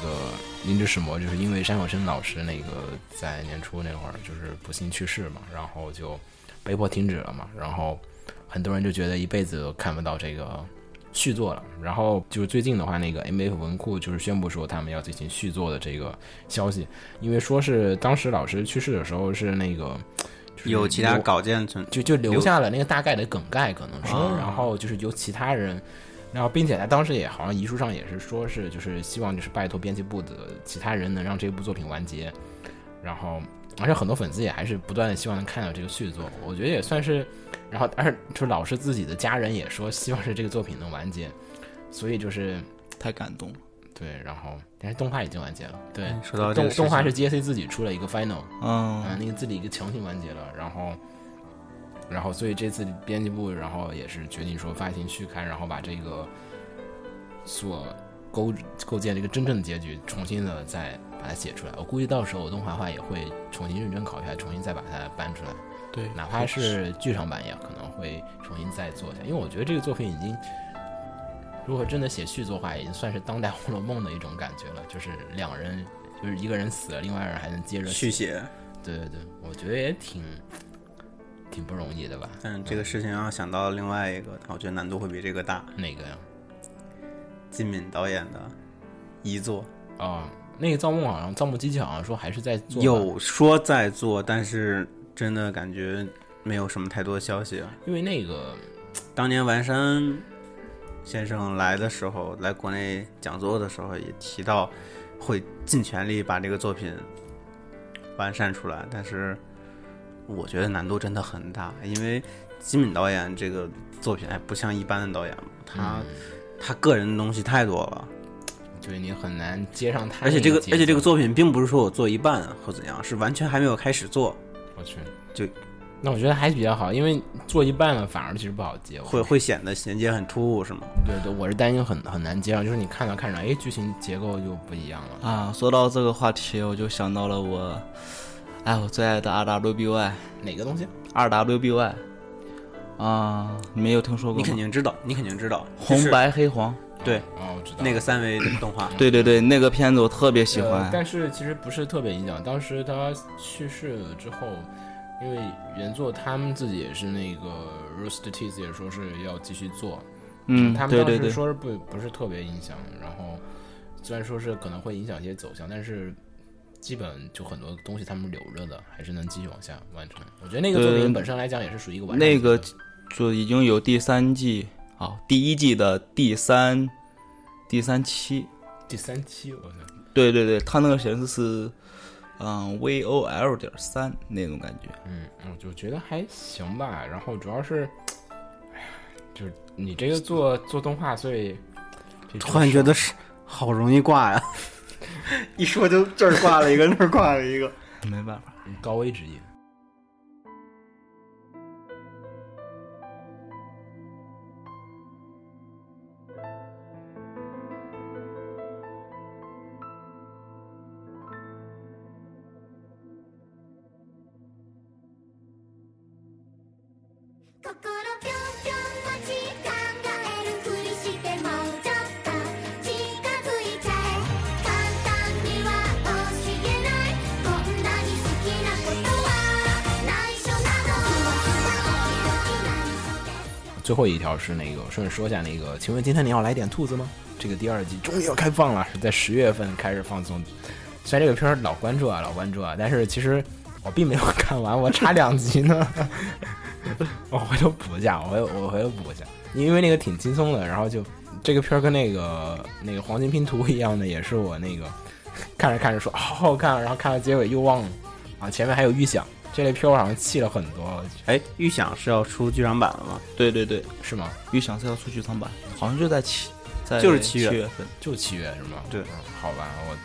Speaker 2: 灵之使魔》，就是因为山口生老师那个在年初那会儿就是不幸去世嘛，然后就被迫停止了嘛，然后很多人就觉得一辈子都看不到这个续作了。然后就是最近的话，那个 M F 文库就是宣布说他们要进行续作的这个消息，因为说是当时老师去世的时候是那个。就是
Speaker 3: 有其他
Speaker 2: 有
Speaker 3: 稿件存，
Speaker 2: 就就留下了那个大概的梗概，可能是，
Speaker 3: 啊
Speaker 2: 然后就是由其他人，然后并且他当时也好像遗书上也是说是就是希望就是拜托编辑部的其他人能让这部作品完结，然后而且很多粉丝也还是不断的希望能看到这个续作，我觉得也算是，然后而且就是老师自己的家人也说希望是这个作品能完结，所以就是
Speaker 4: 太感动了。
Speaker 2: 对，然后但是动画已经完结了，对，
Speaker 3: 哎说到这
Speaker 2: 动
Speaker 3: 个事情
Speaker 2: 动画是 J C 自己出了一个 final，啊，
Speaker 4: 嗯，
Speaker 2: 那个自己一个强行完结了，然后，然后所以这次编辑部然后也是决定说发行续刊，然后把这个所构构建这个真正的结局重新的再把它写出来。我估计到时候我动画化也会重新认真考虑一下，重新再把它搬出来，
Speaker 5: 对
Speaker 2: 哪怕是剧场版也可能会重新再做一下，因为我觉得这个作品已经。如果真的写续作的话，已经算是当代《红楼梦》的一种感觉了，就是两人，就是一个人死了，另外一个人还能接着
Speaker 3: 续写。
Speaker 2: 对对对，我觉得也挺挺不容易的吧？
Speaker 3: 但这个事情要想到另外一个，我觉得难度会比这个大。
Speaker 2: 哪个呀？
Speaker 3: 金敏导演的遗作
Speaker 2: 哦，那个造梦好像造梦机器好像说还是在做吧，
Speaker 3: 有说在做，但是真的感觉没有什么太多消息了。
Speaker 2: 因为那个
Speaker 3: 当年完山先生来的时候，来国内讲座的时候也提到，会尽全力把这个作品完善出来，但是我觉得难度真的很大，因为金敏导演这个作品还不像一般的导演，他、
Speaker 2: 嗯
Speaker 3: 他个人的东西太多了，
Speaker 2: 对你很难接上他那
Speaker 3: 而且
Speaker 2: 节奏，
Speaker 3: 这个而且这个作品并不是说我做一半或怎样，是完全还没有开始做，
Speaker 2: 我去
Speaker 3: 就。
Speaker 2: 那我觉得还比较好，因为做一半了，反而其实不好接。我
Speaker 3: 会会显得衔接很突兀，是吗？
Speaker 2: 对对，我是担心很很难接上，就是你看着看着，哎，剧情结构就不一样了。
Speaker 4: 啊，说到这个话题，我就想到了我，哎，我最爱的 RWBY，
Speaker 2: 哪个东西？
Speaker 4: RWBY 啊，你没有听说过
Speaker 3: 你
Speaker 4: 吗？
Speaker 3: 肯定知道，你肯定知道，就
Speaker 4: 红
Speaker 3: 是
Speaker 4: 白黑黄，
Speaker 3: 对
Speaker 2: 哦，我知道
Speaker 3: 那个三维动画。
Speaker 4: 对对对，那个片子我特别喜
Speaker 2: 呃
Speaker 4: 欢。
Speaker 2: 但是其实不是特别影响。当时他去世了之后，因为原作他们自己也是那个 Rooster Teeth 也说是要继续做，
Speaker 4: 嗯
Speaker 2: 他，们
Speaker 4: 对
Speaker 2: 当
Speaker 4: 对
Speaker 2: 时
Speaker 4: 对，
Speaker 2: 说是不不是特别影响，然后虽然说是可能会影响一些走向，但是。基本就很多东西他们留着的，还是能继续往下完成。我觉得那个
Speaker 4: 对
Speaker 2: 作
Speaker 4: 对
Speaker 2: 品
Speaker 4: 对
Speaker 2: 本身来讲也是属于一个完整
Speaker 4: 那个
Speaker 2: 的
Speaker 4: 就已经有第三季啊，第一季的第三第三期。
Speaker 2: 第三期，我想
Speaker 4: 对对对，他那个显示是嗯 V O L 点三那种感觉。
Speaker 2: 嗯，我就觉得还行吧。然后主要是，哎呀，就是你这个做做动画，所以这
Speaker 3: 突然觉得是好容易挂呀， 一说就这儿挂了一个，那儿挂了一个。
Speaker 4: 没办法，
Speaker 2: 高危职业。
Speaker 6: 心ぴょんぴょんの時間がえるふりしてもうちょっと近づいちゃえ簡単には教えないこんなに好きなことは内緒なの
Speaker 2: 最后一条是那个，顺便说一下那个，请问今天你要来点兔子吗？这个第二季终于要开放了，是在十月份开始放送。虽然这个片儿老关注啊，老关注啊，但是其实我并没有看完，我差两集呢。 我回头补一下，我回我回头补一下，因为那个挺轻松的。然后就这个片儿跟那个那个黄金拼图一样的，也是我那个看着看着说好好看，然后看到结尾又忘了啊，前面还有预想。这类片儿我好像弃了很多，
Speaker 3: 哎，预想是要出剧场版了吗？
Speaker 4: 对对对，
Speaker 2: 是吗？
Speaker 4: 预想是要出剧场版，好像就在七，在
Speaker 3: 就是七
Speaker 4: 七
Speaker 3: 月
Speaker 4: 份。
Speaker 2: 就七月是吗？
Speaker 3: 对
Speaker 2: 嗯好吧，我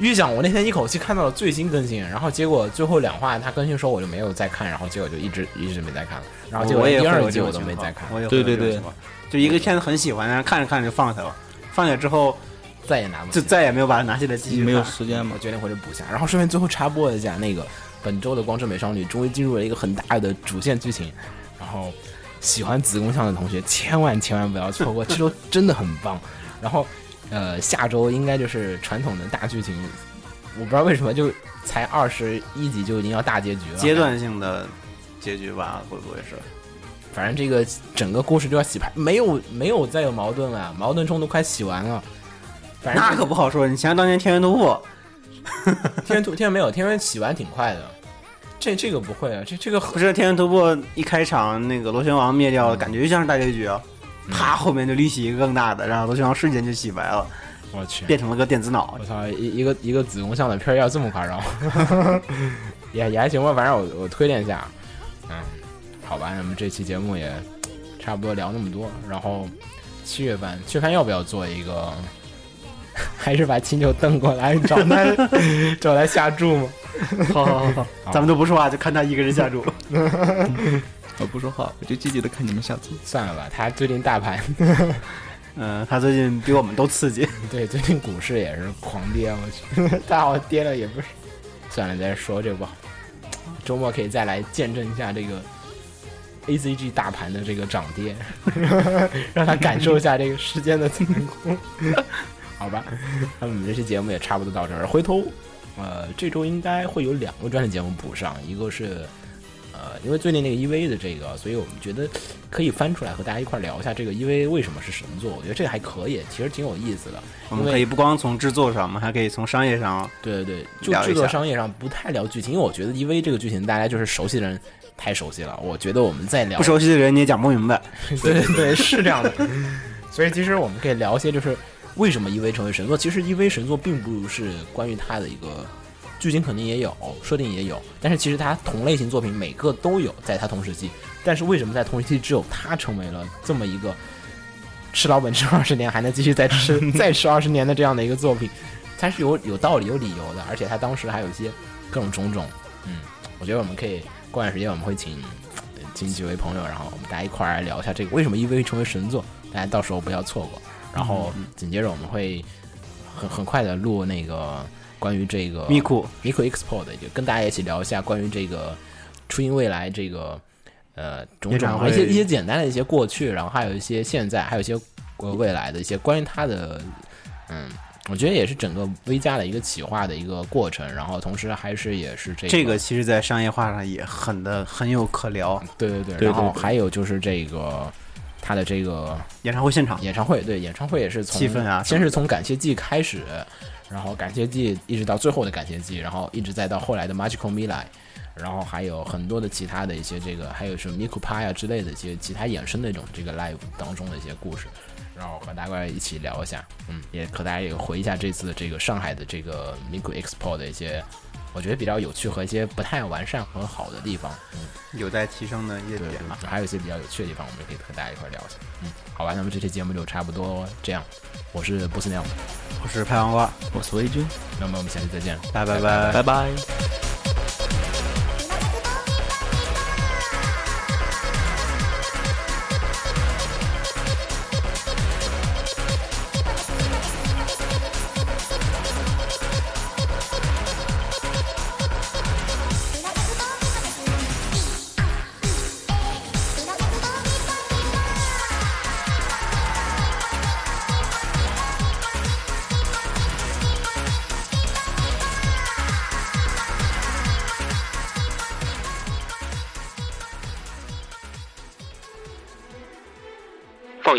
Speaker 2: 预想我那天一口气看到了最新更新，然后结果最后两话他更新的时候我就没有再看，然后结果就一直一直没再看了，然后结果
Speaker 3: 我也
Speaker 2: 连啊第
Speaker 3: 会有
Speaker 2: 二季
Speaker 3: 这种
Speaker 2: 我都没
Speaker 3: 情况
Speaker 2: 再看。
Speaker 3: 我也会
Speaker 4: 对
Speaker 3: 有
Speaker 4: 对
Speaker 3: 这种
Speaker 4: 对
Speaker 3: 情况就一个片子很喜欢，但是看着看着就放下了，放下之后
Speaker 2: 再也拿不
Speaker 3: 就
Speaker 2: 起来。
Speaker 3: 再也没有把它拿起来继续看
Speaker 4: 没有时间嘛
Speaker 2: 我。决定回去补一下。然后顺便最后插播一下，那个本周的《光之美少女》终于进入了一个很大的主线剧情，然后喜欢子宫像的同学千万千万不要错过，这周真的很棒。然后呃，下周应该就是传统的大剧情，我不知道为什么就才二十一集就已经要大结局了，
Speaker 3: 阶段性的结局吧，会不会是？
Speaker 2: 反正这个整个故事就要洗牌，没有没有再有矛盾了，矛盾冲突快洗完了。反正
Speaker 3: 那可不好说。你想想当年《天元突破》，
Speaker 2: 天元突天元没有天元洗完挺快的，这这个不会啊，这这个
Speaker 3: 不是《天元突破》一开场那个螺旋王灭掉了，感觉就像是大结局啊。啪，后面就立起一个更大的，然后螺旋王瞬间就洗白了，
Speaker 2: 我去
Speaker 3: 变成了个电子脑
Speaker 2: 我。操，一一个一个子宫像的片儿要这么夸张， 也也还行吧，反正我我推荐一下，嗯，好吧，那么这期节目也差不多聊那么多，然后七月份，七月份要不要做一个？ 还是把秦九瞪过来，找他找他下注吗？
Speaker 3: 好好好，咱们都不说啊话，就看他一个人下 注。
Speaker 4: 我不说话，我就积极的看你们下注。
Speaker 2: 算了吧，他最近大盘，
Speaker 3: 嗯，他最近比我们都刺激。
Speaker 2: 对最近股市也是狂跌，我去，大好跌了也不是。算了，再说这个不好，周末可以再来见证一下这个 A C G 大盘的这个涨跌， 让他感受一下这个时间的残酷。 好吧，那么我们这期节目也差不多到这儿。回头，呃，这周应该会有两个专题节目补上，一个是。呃，因为最近那个 EVA 的这个，所以我们觉得可以翻出来和大家一块儿聊一下这个 EVA 为什么是神作。我觉得这个还可以，其实挺有意思的。
Speaker 3: 我
Speaker 2: 因
Speaker 3: 们
Speaker 2: 为
Speaker 3: 可以不光从制作上，我们还可以从商业上。啊
Speaker 2: 对对对，就
Speaker 3: 聊一
Speaker 2: 制作
Speaker 3: 下
Speaker 2: 商业上不太聊剧情，因为我觉得 EV 这个剧情大家就是熟悉的人太熟悉了，我觉得我们再聊
Speaker 3: 不熟悉的人你也讲不明白。
Speaker 2: 对对对，是这样 的。所以其实我们可以聊一些，就是为什么 EV 成为神作。其实 EV 神作并不是关于它的一个剧情，肯定也有设定也有，但是其实它同类型作品每个都有，在它同时期。但是为什么在同时期只有它成为了这么一个吃老本吃二十年还能继续再吃再吃二十年的这样的一个作品？它是有有道理有理由的，而且它当时还有一些各种种种。嗯，我觉得我们可以过段时间我们会请请几位朋友，然后我们大家一块儿来聊一下这个为什么 EVA 成为神作，大家到时候不要错过。然后紧接着我们会很很快的录那个关于这个
Speaker 3: 咪库
Speaker 2: Miku Expo 的，就跟大家一起聊一下关于这个初音未来这个呃种种
Speaker 3: 夜展
Speaker 2: 啊
Speaker 3: 会
Speaker 2: 一些一些简单的一些过去，然后还有一些现在，还有一些呃未来的一些关于它的嗯。我觉得也是整个 V 加的一个企划的一个过程，然后同时还是也是这个
Speaker 3: 这个其实，在商业化上也很的很有可聊。
Speaker 2: 对对对，
Speaker 4: 对
Speaker 2: 然后
Speaker 4: 对
Speaker 2: 还有就是这个他的这个
Speaker 3: 演唱会现场，
Speaker 2: 演唱会，对演唱会也是从
Speaker 3: 气氛啊
Speaker 2: 先是从感谢季开始，然后感谢季一直到最后的感谢季，然后一直再到后来的 Magical m i l a 然后还有很多的其他的一些这个，还有什么 Miku p a 呀之类的一些其他衍生的一种这个 live 当中的一些故事，然后和大家一起聊一下，嗯，也和大家也回忆一下这次的这个上海的这个 Miku Expo 的一些，我觉得比较有趣和一些不太完善和好的地方，嗯。
Speaker 3: 有待提升的夜
Speaker 2: 对
Speaker 3: 点
Speaker 2: 对
Speaker 3: 啊。
Speaker 2: 对，还有一些比较有趣的地方，我们可以和大家一块儿聊一下。嗯，好吧，那么这期节目就差不多这样。我是波斯鸟，
Speaker 3: 我是拍黄瓜，
Speaker 4: 我是魏军，
Speaker 2: 那么我们下期再见。
Speaker 3: 拜拜拜。
Speaker 4: 拜拜。
Speaker 7: 放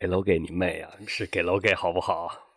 Speaker 8: 给楼给你妹啊！是给楼给好不好？